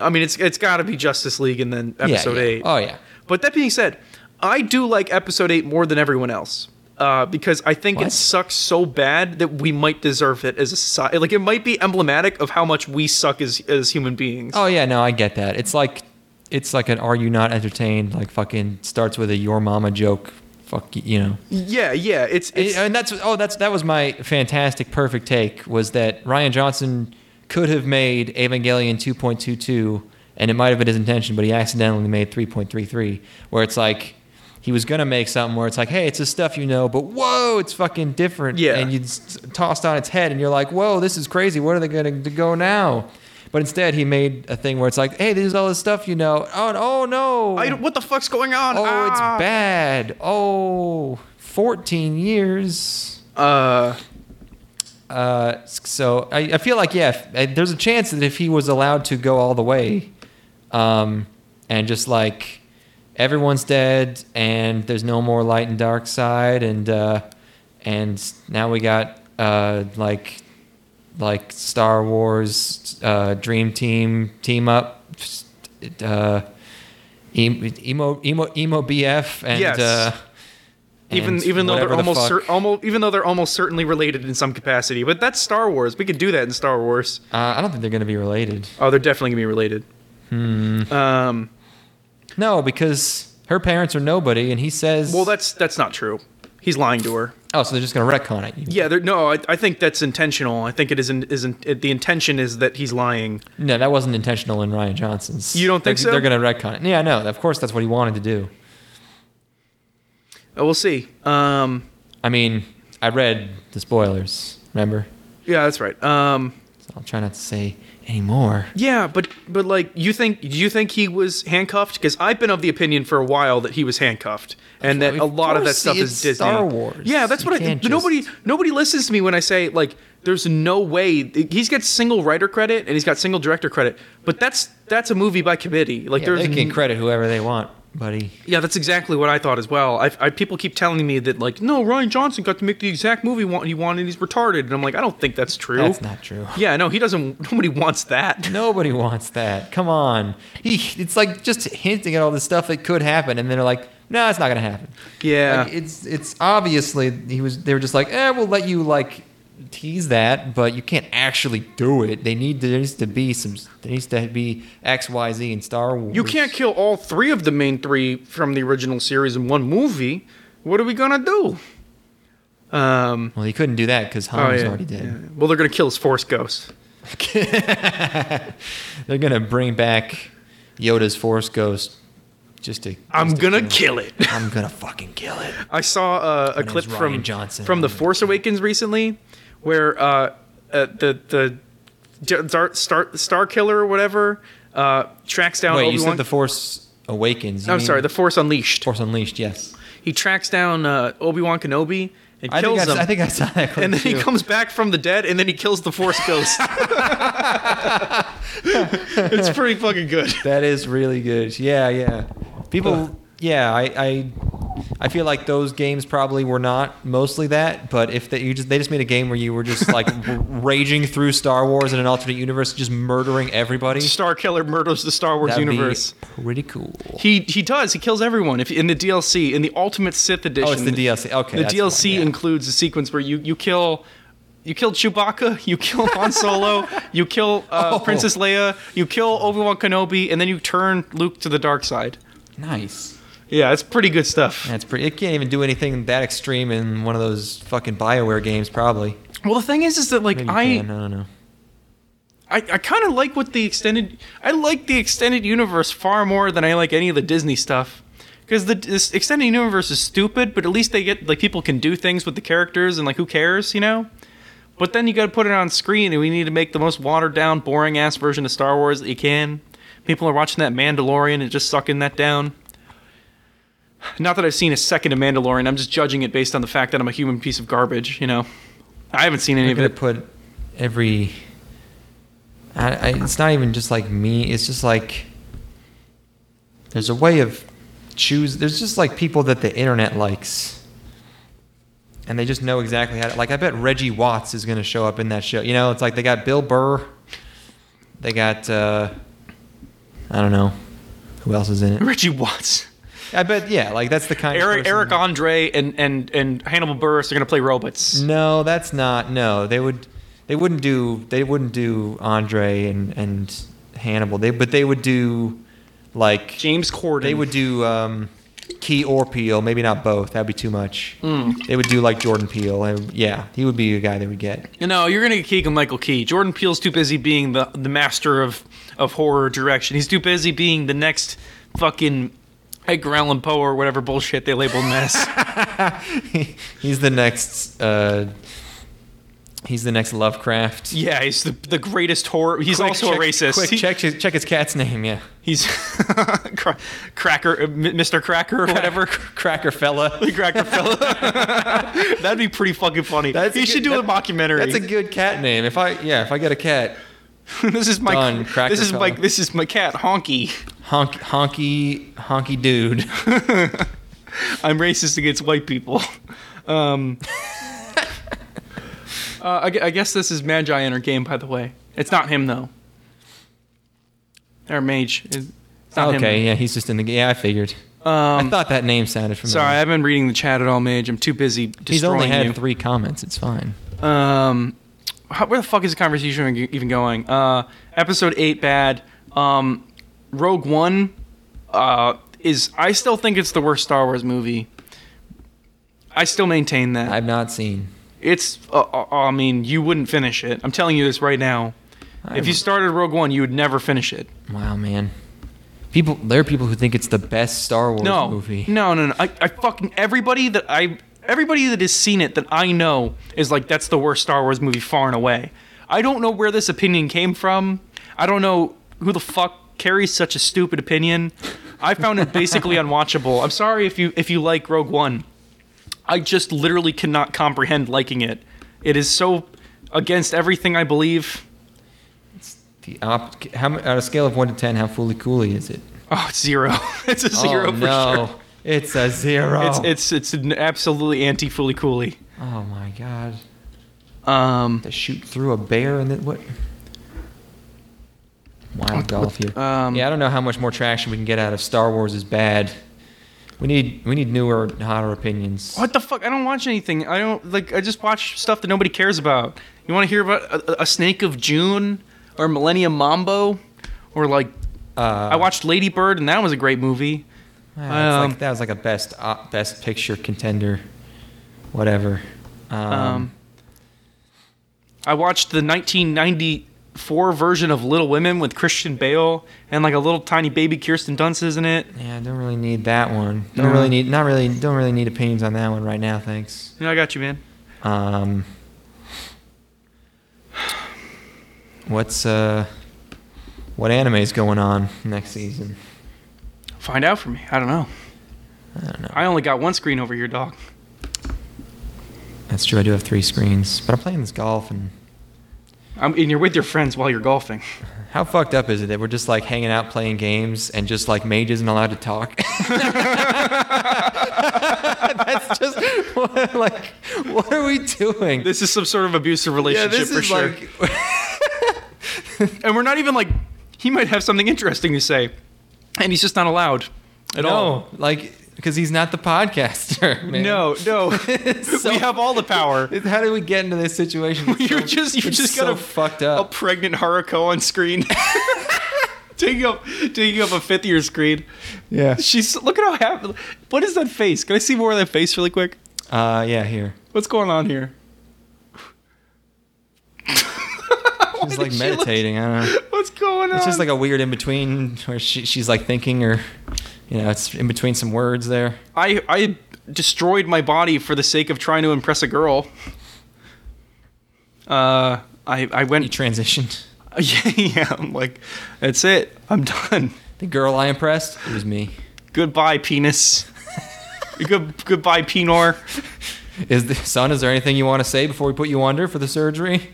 I mean, it's it's gotta be Justice League and then Yeah, Episode yeah. Eight. Oh yeah. But that being said, I do like episode eight more than everyone else uh, because I think it What? sucks so bad that we might deserve it as a society. Like it might be emblematic of how much we suck as as human beings. Oh yeah. No, I get that. It's like, it's like an "Are you not entertained?" Like fucking starts with a "Your mama" joke. Fuck y- you know. Yeah, yeah. It's it's and that's oh that's that was my fantastic perfect take was that Ryan Johnson could have made Evangelion 2.22 and it might have been his intention but he accidentally made 3.33 where it's like he was gonna make something where it's like hey it's the stuff you know but whoa it's fucking different Yeah. and you tossed on its head and you're like whoa this is crazy where are they gonna to go now but instead he made a thing where it's like hey this is all this stuff you know oh, oh no I don't- what the fuck's going on? oh it's Ah! bad oh 14 years Uh, uh, s- so I, I feel like yeah, if, uh, there's a chance that if he was allowed to go all the way, um, and just like everyone's dead and there's no more light and dark side and uh, and now we got uh, like like Star Wars uh, Dream Team team up. Uh, em- emo emo emo BF and Yes. uh, even and even though they're whatever the almost fuck. cer- almost even though they're almost certainly related in some capacity, but that's Star Wars. We could do that in Star Wars. uh, I don't think they're gonna be related. Oh, they're definitely gonna be related. Hmm. Um. No, because her parents are nobody, and he says, Well, that's that's not true. He's lying to her. oh, so they're just gonna retcon it." Yeah, there, no, I, I think that's intentional. I think it isn't. Isn't it, the intention is that he's lying? No, that wasn't intentional in Ryan Johnson's. You don't think They're- so? They're gonna retcon it. Yeah, no, of course that's what he wanted to do. Uh, We'll see. Um, I mean, I read the spoilers. Remember? yeah, that's right. Um, So I'll try not to say any more. yeah, but but like, you think do you think he was handcuffed? Because I've been of the opinion for a while that he was handcuffed, and that Of a lot of that course, stuff is it's Disney. Star Wars. Yeah, that's You what I. can't Nobody just- nobody listens to me when I say like, there's no way he's got single writer credit and he's got single director credit, but that's that's a movie by committee. Like, Yeah, there's they can n- credit whoever they want, buddy. Yeah, that's exactly what I thought as well. I, I people keep telling me that like, no, Ryan Johnson got to make the exact movie wa- he wanted. and He's retarded, and I'm like, I don't think that's true. That's not true. yeah, no, he doesn't. Nobody wants that. Nobody wants that. Come on. He, it's like just hinting at all the stuff that could happen, and then they're like, "No, it's not gonna happen." Yeah, Like, it's it's obviously he was. They were just like, "Eh, we'll let you like tease that, but you can't actually do it. They need there needs to be some. There needs to be X, Y, Z in Star Wars. you can't kill all three of the main three from the original series in one movie. What are we gonna do? Um, Well, he couldn't do that because Han oh was yeah, already dead. yeah. Well, they're gonna kill his Force Ghost. They're gonna bring back Yoda's Force Ghost just to. I'm just to gonna kill kill it. it. I'm gonna fucking kill it. I saw uh, a name's clip Ryan from Johnson. from The I'm gonna Force Awakens recently, where uh, uh, the the J- Dar- Star Star Killer or whatever uh, tracks down. Wait, Obi-Wan. you said the Force Awakens? You I'm mean sorry, The Force Unleashed. Force Unleashed. Yes, He tracks down uh, Obi Wan Kenobi and I think kills I, him. I think I saw that. Clip and then he too. comes back from the dead, and then he kills the Force Ghost. it's pretty fucking good. That is really good. Yeah, yeah. People, yeah, I, I, I feel like those games probably were not mostly that, but if they, you just they just made a game where you were just like r- raging through Star Wars in an alternate universe, just murdering everybody. Star Killer murders the Star Wars That'd universe. be pretty cool. He he does. He kills everyone. If in the DLC, in the Ultimate Sith edition. Oh, it's the DLC. Okay, the that's the one, DLC yeah. includes a sequence where you you kill. You kill Chewbacca, you kill Han Solo, you kill uh, Oh. Princess Leia, you kill Obi Wan Kenobi, and then you turn Luke to the dark side. Nice. Yeah, it's pretty good stuff. That's pretty. It can't even do anything that extreme in one of those fucking Bioware games, probably. Well, the thing is, is that like Maybe you I, can, I don't know. I, I kind of like what the extended. I like the extended universe far more than I like any of the Disney stuff. Because the this extended universe is stupid, but at least they get like people can do things with the characters and like who cares, you know. But then you got to put it on screen, and we need to make the most watered down, boring ass version of Star Wars that you can. People are watching that Mandalorian and just sucking that down. Not that I've seen a second of Mandalorian. I'm just judging it based on the fact that I'm a human piece of garbage, you know. I haven't seen any They're of gonna it. put every. I, I, it's not even just like me. It's just like there's a way of choose. There's just like people that the internet likes, and they just know exactly how. to... Like I bet Reggie Watts is gonna show up in that show. You know, it's like they got Bill Burr. They got uh, I don't know who else is in it. Richie Watts. I bet yeah. Like that's the kind. Eric of person- Eric Andre and and and Hannibal Burris are gonna play robots. No, that's not. No, they would. They wouldn't do. They wouldn't do Andre and and Hannibal. They but they would do like James Corden. they would do um, Key or Peel. Maybe not both. That'd be too much. Hmm. They would do like Jordan Peele. And yeah, he would be a guy they would get. You know, you're gonna get Keegan Michael Key. Jordan Peele's too busy being the the master of of horror direction. He's too busy being the next fucking Edgar Allan Poe or whatever bullshit they labeled him as. he's the next. Uh, he's the next Lovecraft. yeah, he's the the greatest horror. He's Quick, also check- a racist. Quick, He- check his, check his cat's name. Yeah, He's Cra- Cracker, uh, M- Mr. Cracker or whatever. Cracker fella. The Cracker fella. That'd be pretty fucking funny. That's a he good- should do that- a mockumentary. That's a good cat name. If I yeah, if I get a cat, this is my Done, this is my Crackerfella. this is my cat Honky. honk, honky honky dude. I'm racist against white people. Um, uh, I, gue- I guess this is Magi in our game, by the way. It's not him though. Our mage. It's not okay, Him. yeah, he's just in the game. Yeah, I figured. I Um, thought that name sounded familiar. sorry, I haven't been reading the chat at all, mage. I'm too busy he's destroying only had you. three comments. It's fine. Um, how, where the fuck is the conversation even going? Uh, episode eight, bad. Um, Rogue One uh, is. I still think it's the worst Star Wars movie. I still maintain that. I've not seen. it's. Uh, uh, I mean, you wouldn't finish it. I'm telling you this right now. I- if you started Rogue One, you would never finish it. Wow, man. People, there are people who think it's the best Star Wars no, movie. No, no, no. I, I fucking everybody that I everybody that has seen it that I know is like that's the worst Star Wars movie far and away. I don't know where this opinion came from. I don't know who the fuck carries such a stupid opinion. I found it basically unwatchable. I'm sorry if you if you like Rogue One. I just literally cannot comprehend liking it. It is so against everything I believe. The op, how, mu- on a scale of one to ten, how fully coolly is it? Oh, it's zero. it's a zero oh, for no. sure. It's a zero. It's it's it's an absolutely anti fully cooley. oh my god! Um, They shoot through a bear and then what? Wild golf here. um, yeah, I don't know how much more traction we can get out of Star Wars is bad. We need we need newer, hotter opinions. What the fuck? I don't watch anything. I don't like. I just watch stuff that nobody cares about. You want to hear about a, a Snake of June or Millennium Mambo, or like Uh, I watched Lady Bird and that was a great movie. Ah, it's Um, like, that was like a best uh, best picture contender, whatever. Um, Um, I watched the 1994 version of Little Women with Christian Bale and like a little tiny baby Kirsten Dunst is in it. yeah, don't really need that one. Don't No. really need not really don't really need opinions on that one right now. Thanks. Yeah, I got you, man. Um, what's uh, what anime is going on next season? Find out for me. I don't know. I don't know. I only got one screen over here, dog. That's true. I do have three screens, but I'm playing this golf and. I'm, and you're with your friends while you're golfing. How fucked up is it that we're just like hanging out playing games and just like Mage isn't allowed to talk? That's just what, like, what are we doing? This is some sort of abusive relationship for sure. and we're not even like he might have something interesting to say, and he's just not allowed at no, all. like because he's not the podcaster. man. No, no, So- we have all the power. How did we get into this situation? It's You're so- just you it's just Oh, so got a fucked a up. pregnant Haruko on screen, taking up taking up a fifth year screen. yeah. She's look at how happy. What is that face? Can I see more of that face really quick? Uh, yeah. Here. What's going on here? She's like did she look- meditating. I don't know. What's going on? It's just like a weird in between where she, she's like thinking or, you know, it's in between some words there. I I destroyed my body for the sake of trying to impress a girl. Uh, I I went You transitioned. yeah, yeah, I'm like, that's it. I'm done. The girl I impressed, it was me. Goodbye, penis. Good, goodbye, Penor. Is the, son, is there anything you want to say before we put you under for the surgery?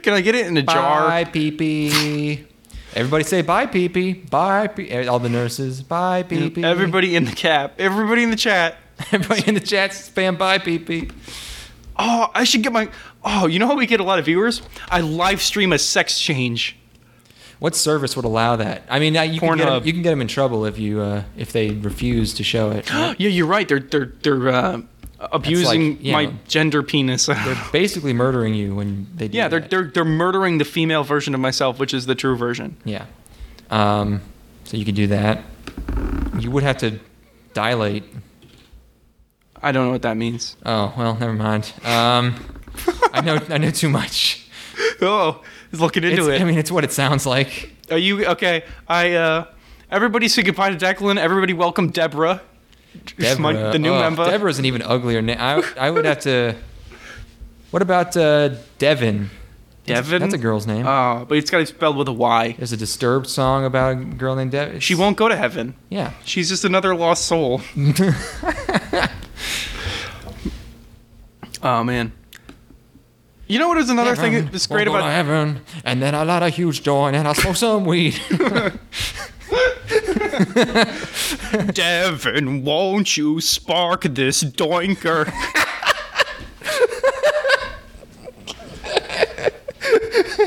Can I get it in a jar? Bye, pee-pee. Everybody say bye, pee-pee. Bye, pee. eh, All the nurses, bye, pee-pee. Everybody in the cap. Everybody in the chat. Everybody in the chat spam bye, pee-pee. Oh, I should get my. Oh, you know how we get a lot of viewers? I live stream a sex change. What service would allow that? I mean, now you can, get Pornhub. them, you can get them in trouble if you uh, if they refuse to show it. yeah, you're right. They're they're they're uh, abusing you my know, gender penis. They're basically murdering you when they do yeah, they're that. they're they're murdering the female version of myself, which is the true version. Yeah. Um, so you could do that. You would have to dilate. I don't know what that means. Oh well, never mind. Um, I know I know too much. Oh, he's looking into It's- it. I mean, it's what it sounds like. Are you okay? I uh everybody say goodbye to Declan. Everybody welcome Deborah. She's my- the new oh, member. Deborah's an even uglier name. I, I would have to. What about uh, Devin? That's- Devin? That's a girl's name. Oh, but it's got to be spelled with a Y. There's a disturbed song about a girl named Devin. She won't go to heaven. Yeah. She's just another lost soul. oh man. You know what is another thing Heaven, that's great won't go about to heaven, and then I light a huge joint and I smoke some weed. Devin? Won't you spark this doinker?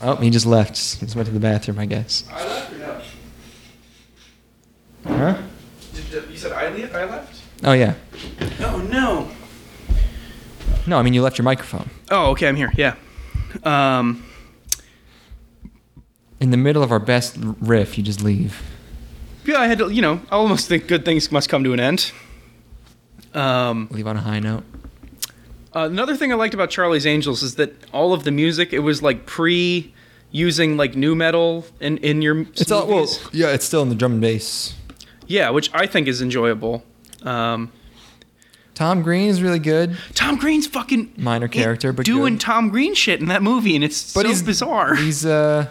oh, he just left. He just went to the bathroom, I guess. I left or no? Huh? you said I left? I left? Oh yeah. No, no. No, I mean you left your microphone Oh, okay, I'm here. Yeah. Um. in the middle of our best riff. You just leave. yeah, I had to, you know, I almost think good things must come to an end. Um, Leave on a high note. another thing I liked about Charlie's Angels is that all of the music, it was like pre using like new metal in in your It's all well, movies. yeah. It's still in the drum and bass. yeah, which I think is enjoyable. Um, Tom Green is really good. Tom Green's fucking Minor he- character, but doing good. Tom Green shit in that movie, and it's But so he's- bizarre. He's uh,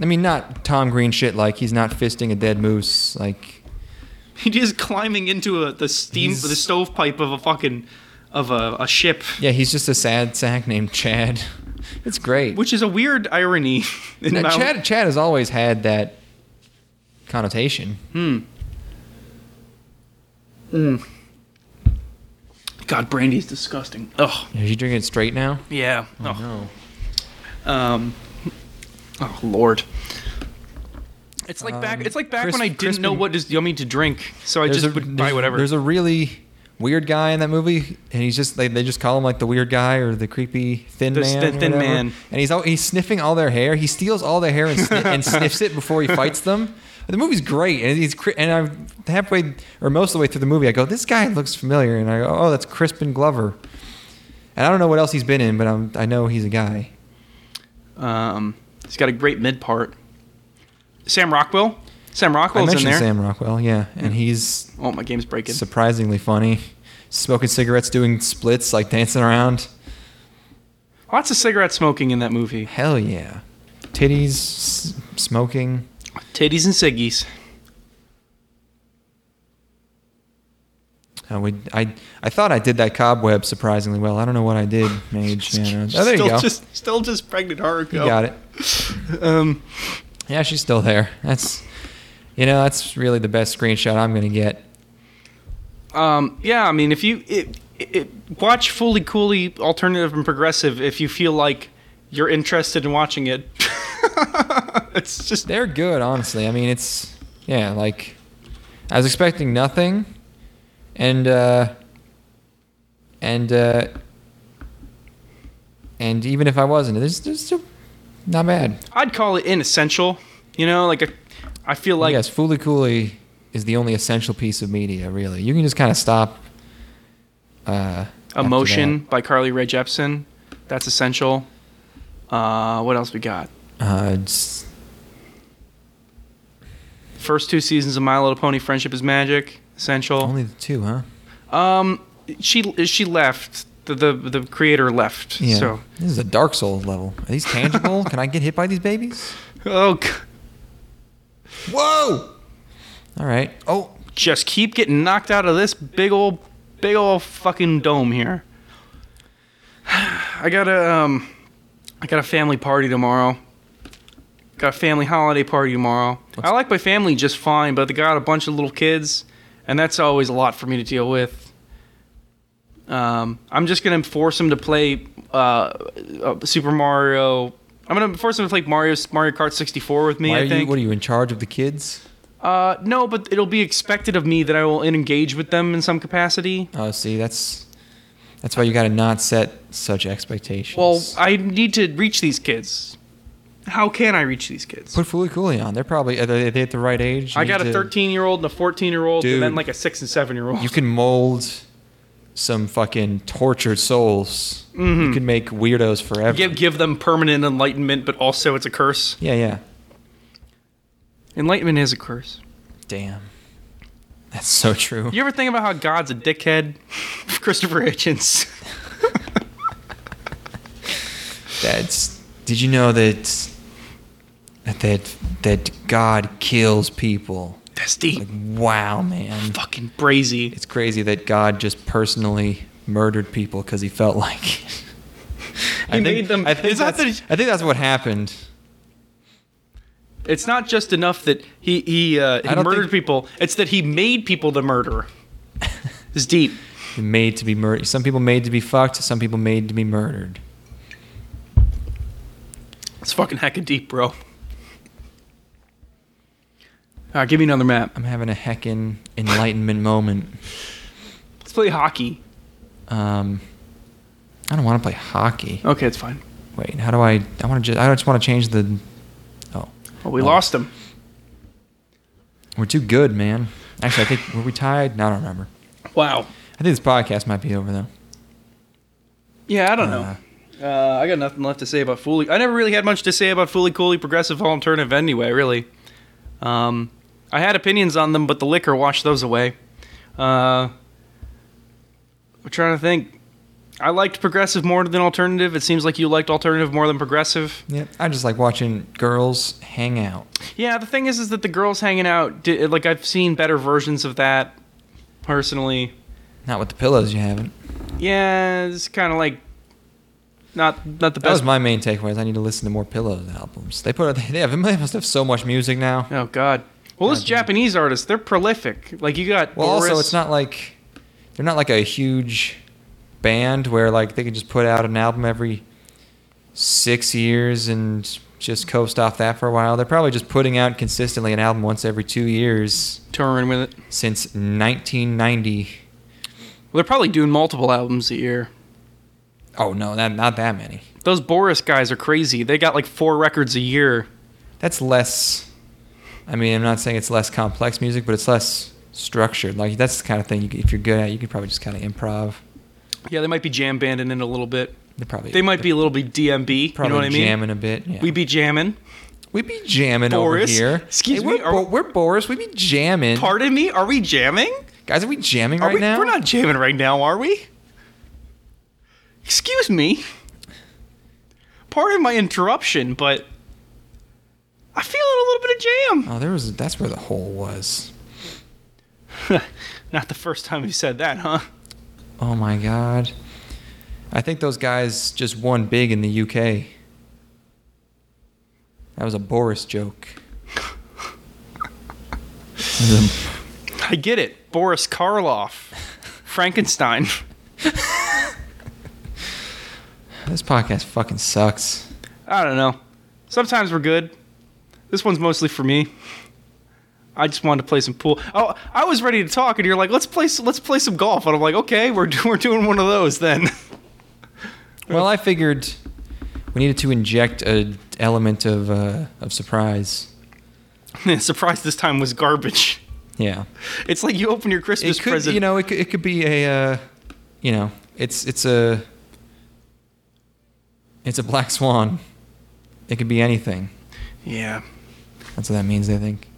I mean, not Tom Green shit. Like he's not fisting a dead moose. Like He just climbing into a, the steam He's- the stovepipe of a fucking of a, a ship, yeah, he's just a sad sack named Chad. It's great. which is a weird irony. In Now, Mount- Chad Chad has always had that connotation. God, brandy is disgusting. Oh Is he drinking it straight now? yeah. Oh, No. um, oh lord. It's like back. Um, It's like back Chris- when I didn't Crispin- know what is yummy to drink, so I just would buy there's- whatever. There's a really weird guy in that movie, and he's just they, they just call him like the weird guy or the creepy thin The man. thin- or thin whatever. man. And he's al- he's sniffing all their hair. He steals all their hair and, sni- and sniffs it before he fights them. The movie's great, and he's cri- and I'm halfway or most of the way through the movie, I go, this guy looks familiar, and I go, oh, that's Crispin Glover. And I don't know what else he's been in, but I'm, I know he's a guy. um, he's got a great mid part. Sam Rockwell. Sam Rockwell's I in mentioned there. Sam Rockwell, yeah, and he's Oh, my game's breaking. surprisingly funny, smoking cigarettes, doing splits, like dancing around. Lots of cigarette smoking in that movie. Hell yeah. Titties, s- smoking. Titties and ciggies. Uh, we, I, I thought I did that cobweb surprisingly well. I don't know what I did, Mage. Yeah, no. Oh, there still you go. just still just pregnant Haruko. you got it. Um, Yeah, she's still there. That's, you know, that's really the best screenshot I'm gonna get. um, yeah, I mean, if you it, it, it- watch Fully Cooley Alternative and Progressive, if you feel like you're interested in watching it, it's just They're good, honestly. I mean, it's yeah, like I was expecting nothing, and uh, and uh, and even if I wasn't, it's just not bad. I'd call it inessential. You know, like I, I feel like yes, Fooly Cooley is the only essential piece of media, really. You can just kind of stop. Uh, after Emotion by Carly Rae Jepsen, that's essential. Uh, what else we got? that. Uh, it's- First two seasons of My Little Pony: Friendship is Magic, essential. only the two, huh? Um, she she left. The the, the creator left. Yeah. So This is a Dark Souls level. Are these tangible? can I get hit by these babies? oh, g- Whoa! All right. Oh, just keep getting knocked out of this big old big old fucking dome here. I got a um, I got a family party tomorrow. Got a family holiday party tomorrow. I like my family just fine, but they got a bunch of little kids, and that's always a lot for me to deal with. Um, I'm just gonna force them to play uh, uh, Super Mario. I'm gonna force them to play Mario Mario Kart 64 with me. Why I are think. you? What are you in charge of the kids? Uh, no, but it'll be expected of me that I will engage with them in some capacity. Oh, see, that's that's why you got to not set such expectations. Well, I need to reach these kids. How can I reach these kids? put Fooly Cooley on. They're probably are they, are they at the right age? You I got need a to- 13 year old and a 14 year old, and Dude. then like a six and seven year old. You can mold some fucking tortured souls. You can make weirdos forever. Mm-hmm. Give give them permanent enlightenment, but also it's a curse. yeah, yeah. Enlightenment is a curse. Damn, that's so true. You ever think about how God's a dickhead? Christopher Hitchens. That's. Did you know that that that God kills people? That's deep. Wow, man. Fucking brazy. It's crazy that God just personally murdered people because he felt like. He He made them- I think, is that that's, I think that's what happened. It's not just enough that he he, uh, I he don't murdered think- people. It's that he made people to murder. It's deep. You're Made to be murdered. Some people made to be fucked. Some people made to be murdered. It's fucking hecka deep, bro. All right, give me another map. I'm having a heckin' enlightenment moment. Let's play hockey. Um, I don't want to play hockey. Okay, it's fine. Wait, how do I? I want to. Just, I just want to change the. Oh, Well, we Oh. lost him. we're too good, man. Actually, I think were we tied? No, I don't remember. Wow. I think this podcast might be over though. Yeah, I don't Uh, know. Uh, I got nothing left to say about Fooly. I never really had much to say about Fooly Cooley Progressive Home Alternative anyway, really. Um, I had opinions on them, but the liquor washed those away. Uh, I'm trying to think. I liked progressive more than alternative. It seems like you liked alternative more than progressive. Yeah, I just like watching girls hang out. Yeah, the thing is, is that the girls hanging out. Did, like I've seen better versions of that, personally. Not with the pillows, you haven't. Yeah, it's kind of like not not the That was best. my main takeaway. Is I need to listen to more pillows albums. They put out, they have they must have so much music now. oh God. Well, those Goddamn. Japanese artists, they're prolific. Like you got Well, Boris. also it's not like they're not like a huge band where like they can just put out an album every six years and just coast off that for a while. They're probably just putting out consistently an album once every two years touring with it. since 1990. Well, they're probably doing multiple albums a year. Oh no, that not that many. Those Boris guys are crazy. They got like four records a year. That's less. I mean, I'm not saying it's less complex music, but it's less structured. Like that's the kind of thing you, could- if you're good at, you could probably just kind of improv. Yeah, they might be jam banding in a little bit. They probably They might be a little bit DMB. You probably know what I mean? jamming a bit. Yeah. We be jamming. We be jamming Boris? over here. Excuse Hey, me, we're, are- Bo- we're Boris. We be jamming. Pardon me. Are we jamming? Guys, are we jamming Are right we, now? We're not jamming right now, are we? Excuse me. Pardon my interruption, but I feel a little bit of jam. Oh, there was. That's where the hole was. Not the first time you said that, huh? Oh my god. I think those guys just won big in the UK. That was a Boris joke. I get it. Boris Karloff, Frankenstein. This podcast fucking sucks. I don't know. Sometimes we're good. This one's mostly for me. I just wanted to play some pool. Oh, I was ready to talk, and you're like, "Let's play, s- let's play some golf." And I'm like, "Okay, we're do- we're doing one of those then." Well, I figured we needed to inject a element of uh, of surprise. Surprise! This time was garbage. Yeah. It's like you open your Christmas it could, present. you know, it could, it could be a, uh, you know, it's it's a, it's a black swan. It could be anything. yeah. That's what that means. I think.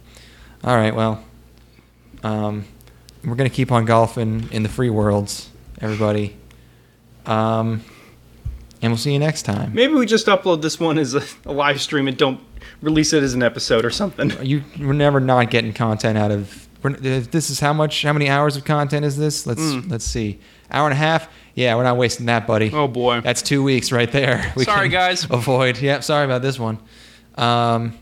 All right. Well, um, we're gonna keep on golfing in the free worlds, everybody. Um, and we'll see you next time. Maybe we just upload this one as a, a live stream and don't release it as an episode or something. You we're never not getting content out of. we're- if This is how much? How many hours of content is this? Let's Hmm. let's see. Hour and a half. Yeah, we're not wasting that, buddy. Oh boy. That's two weeks right there. Sorry, can guys. Avoid. Yeah, sorry about this one. Um,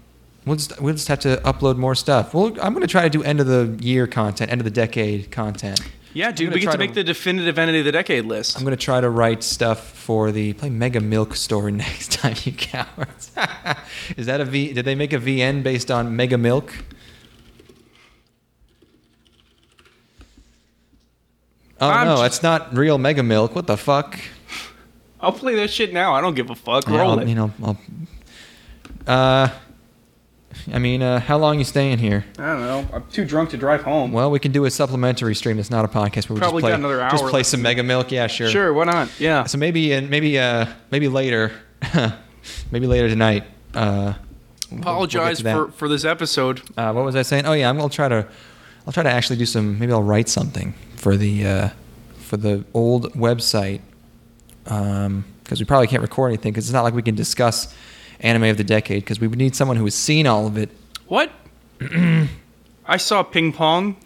we'll just we'll just have to upload more stuff. Well, I'm gonna try to do end of the year content, end of the decade content. yeah, I'm dude, gonna we get try to make the definitive end of the decade list. I'm gonna try to write stuff for the play Mega Milk story next time, you cowards. Is that a V? Did they make a VN based on Mega Milk? Oh I'm no, j- that's not real Mega Milk. What the fuck? I'll play that shit now. I don't give a fuck. Yeah, Roll I'll- it. You know, I'll, uh, I mean, uh, how long you staying here? I don't know. I'm too drunk to drive home. Well, we can do a supplementary stream. That's not a podcast. Where we just Probably play, got another Just hour play left. some Mega Milk. Yeah, sure. Sure, why not? Yeah. So maybe and maybe uh maybe later, maybe later tonight. Uh, we'll- we'll get Apologize to that. for, for this episode. uh, what was I saying? Oh yeah, I'm gonna try to, I'll try to actually do some. Maybe I'll write something for the, uh, for the old website, because we probably can't record anything because it's not like we can discuss anime of the decade because we would need someone who has seen all of it. What? I saw ping pong.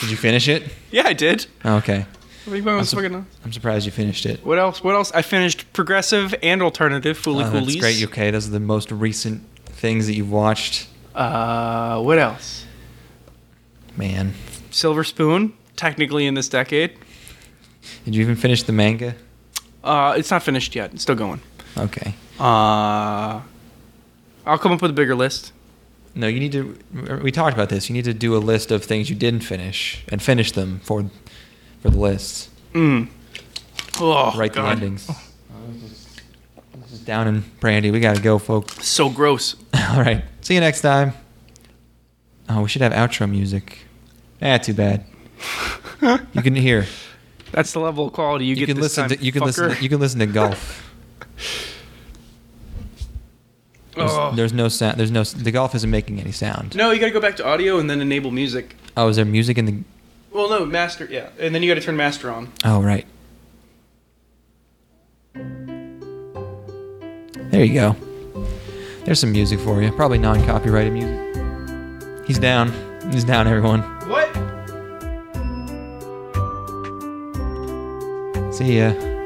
Did you finish it? Yeah, I did. Oh, okay, Ping pong was sur- fucking- I'm surprised you finished it. What else? What else? I finished progressive and alternative. Fooly Oh, that's Coolies. great. Okay, those are the most recent things that you've watched. Uh, what else? Man, Silver Spoon. Technically in this decade. did you even finish the manga? Uh, it's not finished yet. It's still going. Okay. Uh, I'll come up with a bigger list. No, you need to. We talked about this. You need to do a list of things you didn't finish and finish them for, for the lists. Mm. Oh, Write the God. endings. This is down in Brandy. We gotta go, folks. So gross. All right. See you next time. Oh, we should have outro music. Ah, too bad. You can hear. That's the level of quality you, You, get can this listen. time, to, you can fucker. listen. To, you can listen to golf. There's, Oh. there's no sound. There's no. The golf isn't making any sound. No, you gotta go back to audio and then enable music. Oh, is there music in the? Well, no, master, yeah. And then you gotta turn master on. Oh, right. There you go. There's some music for you. Probably non-copyrighted music. He's down. He's down, everyone. What? See ya.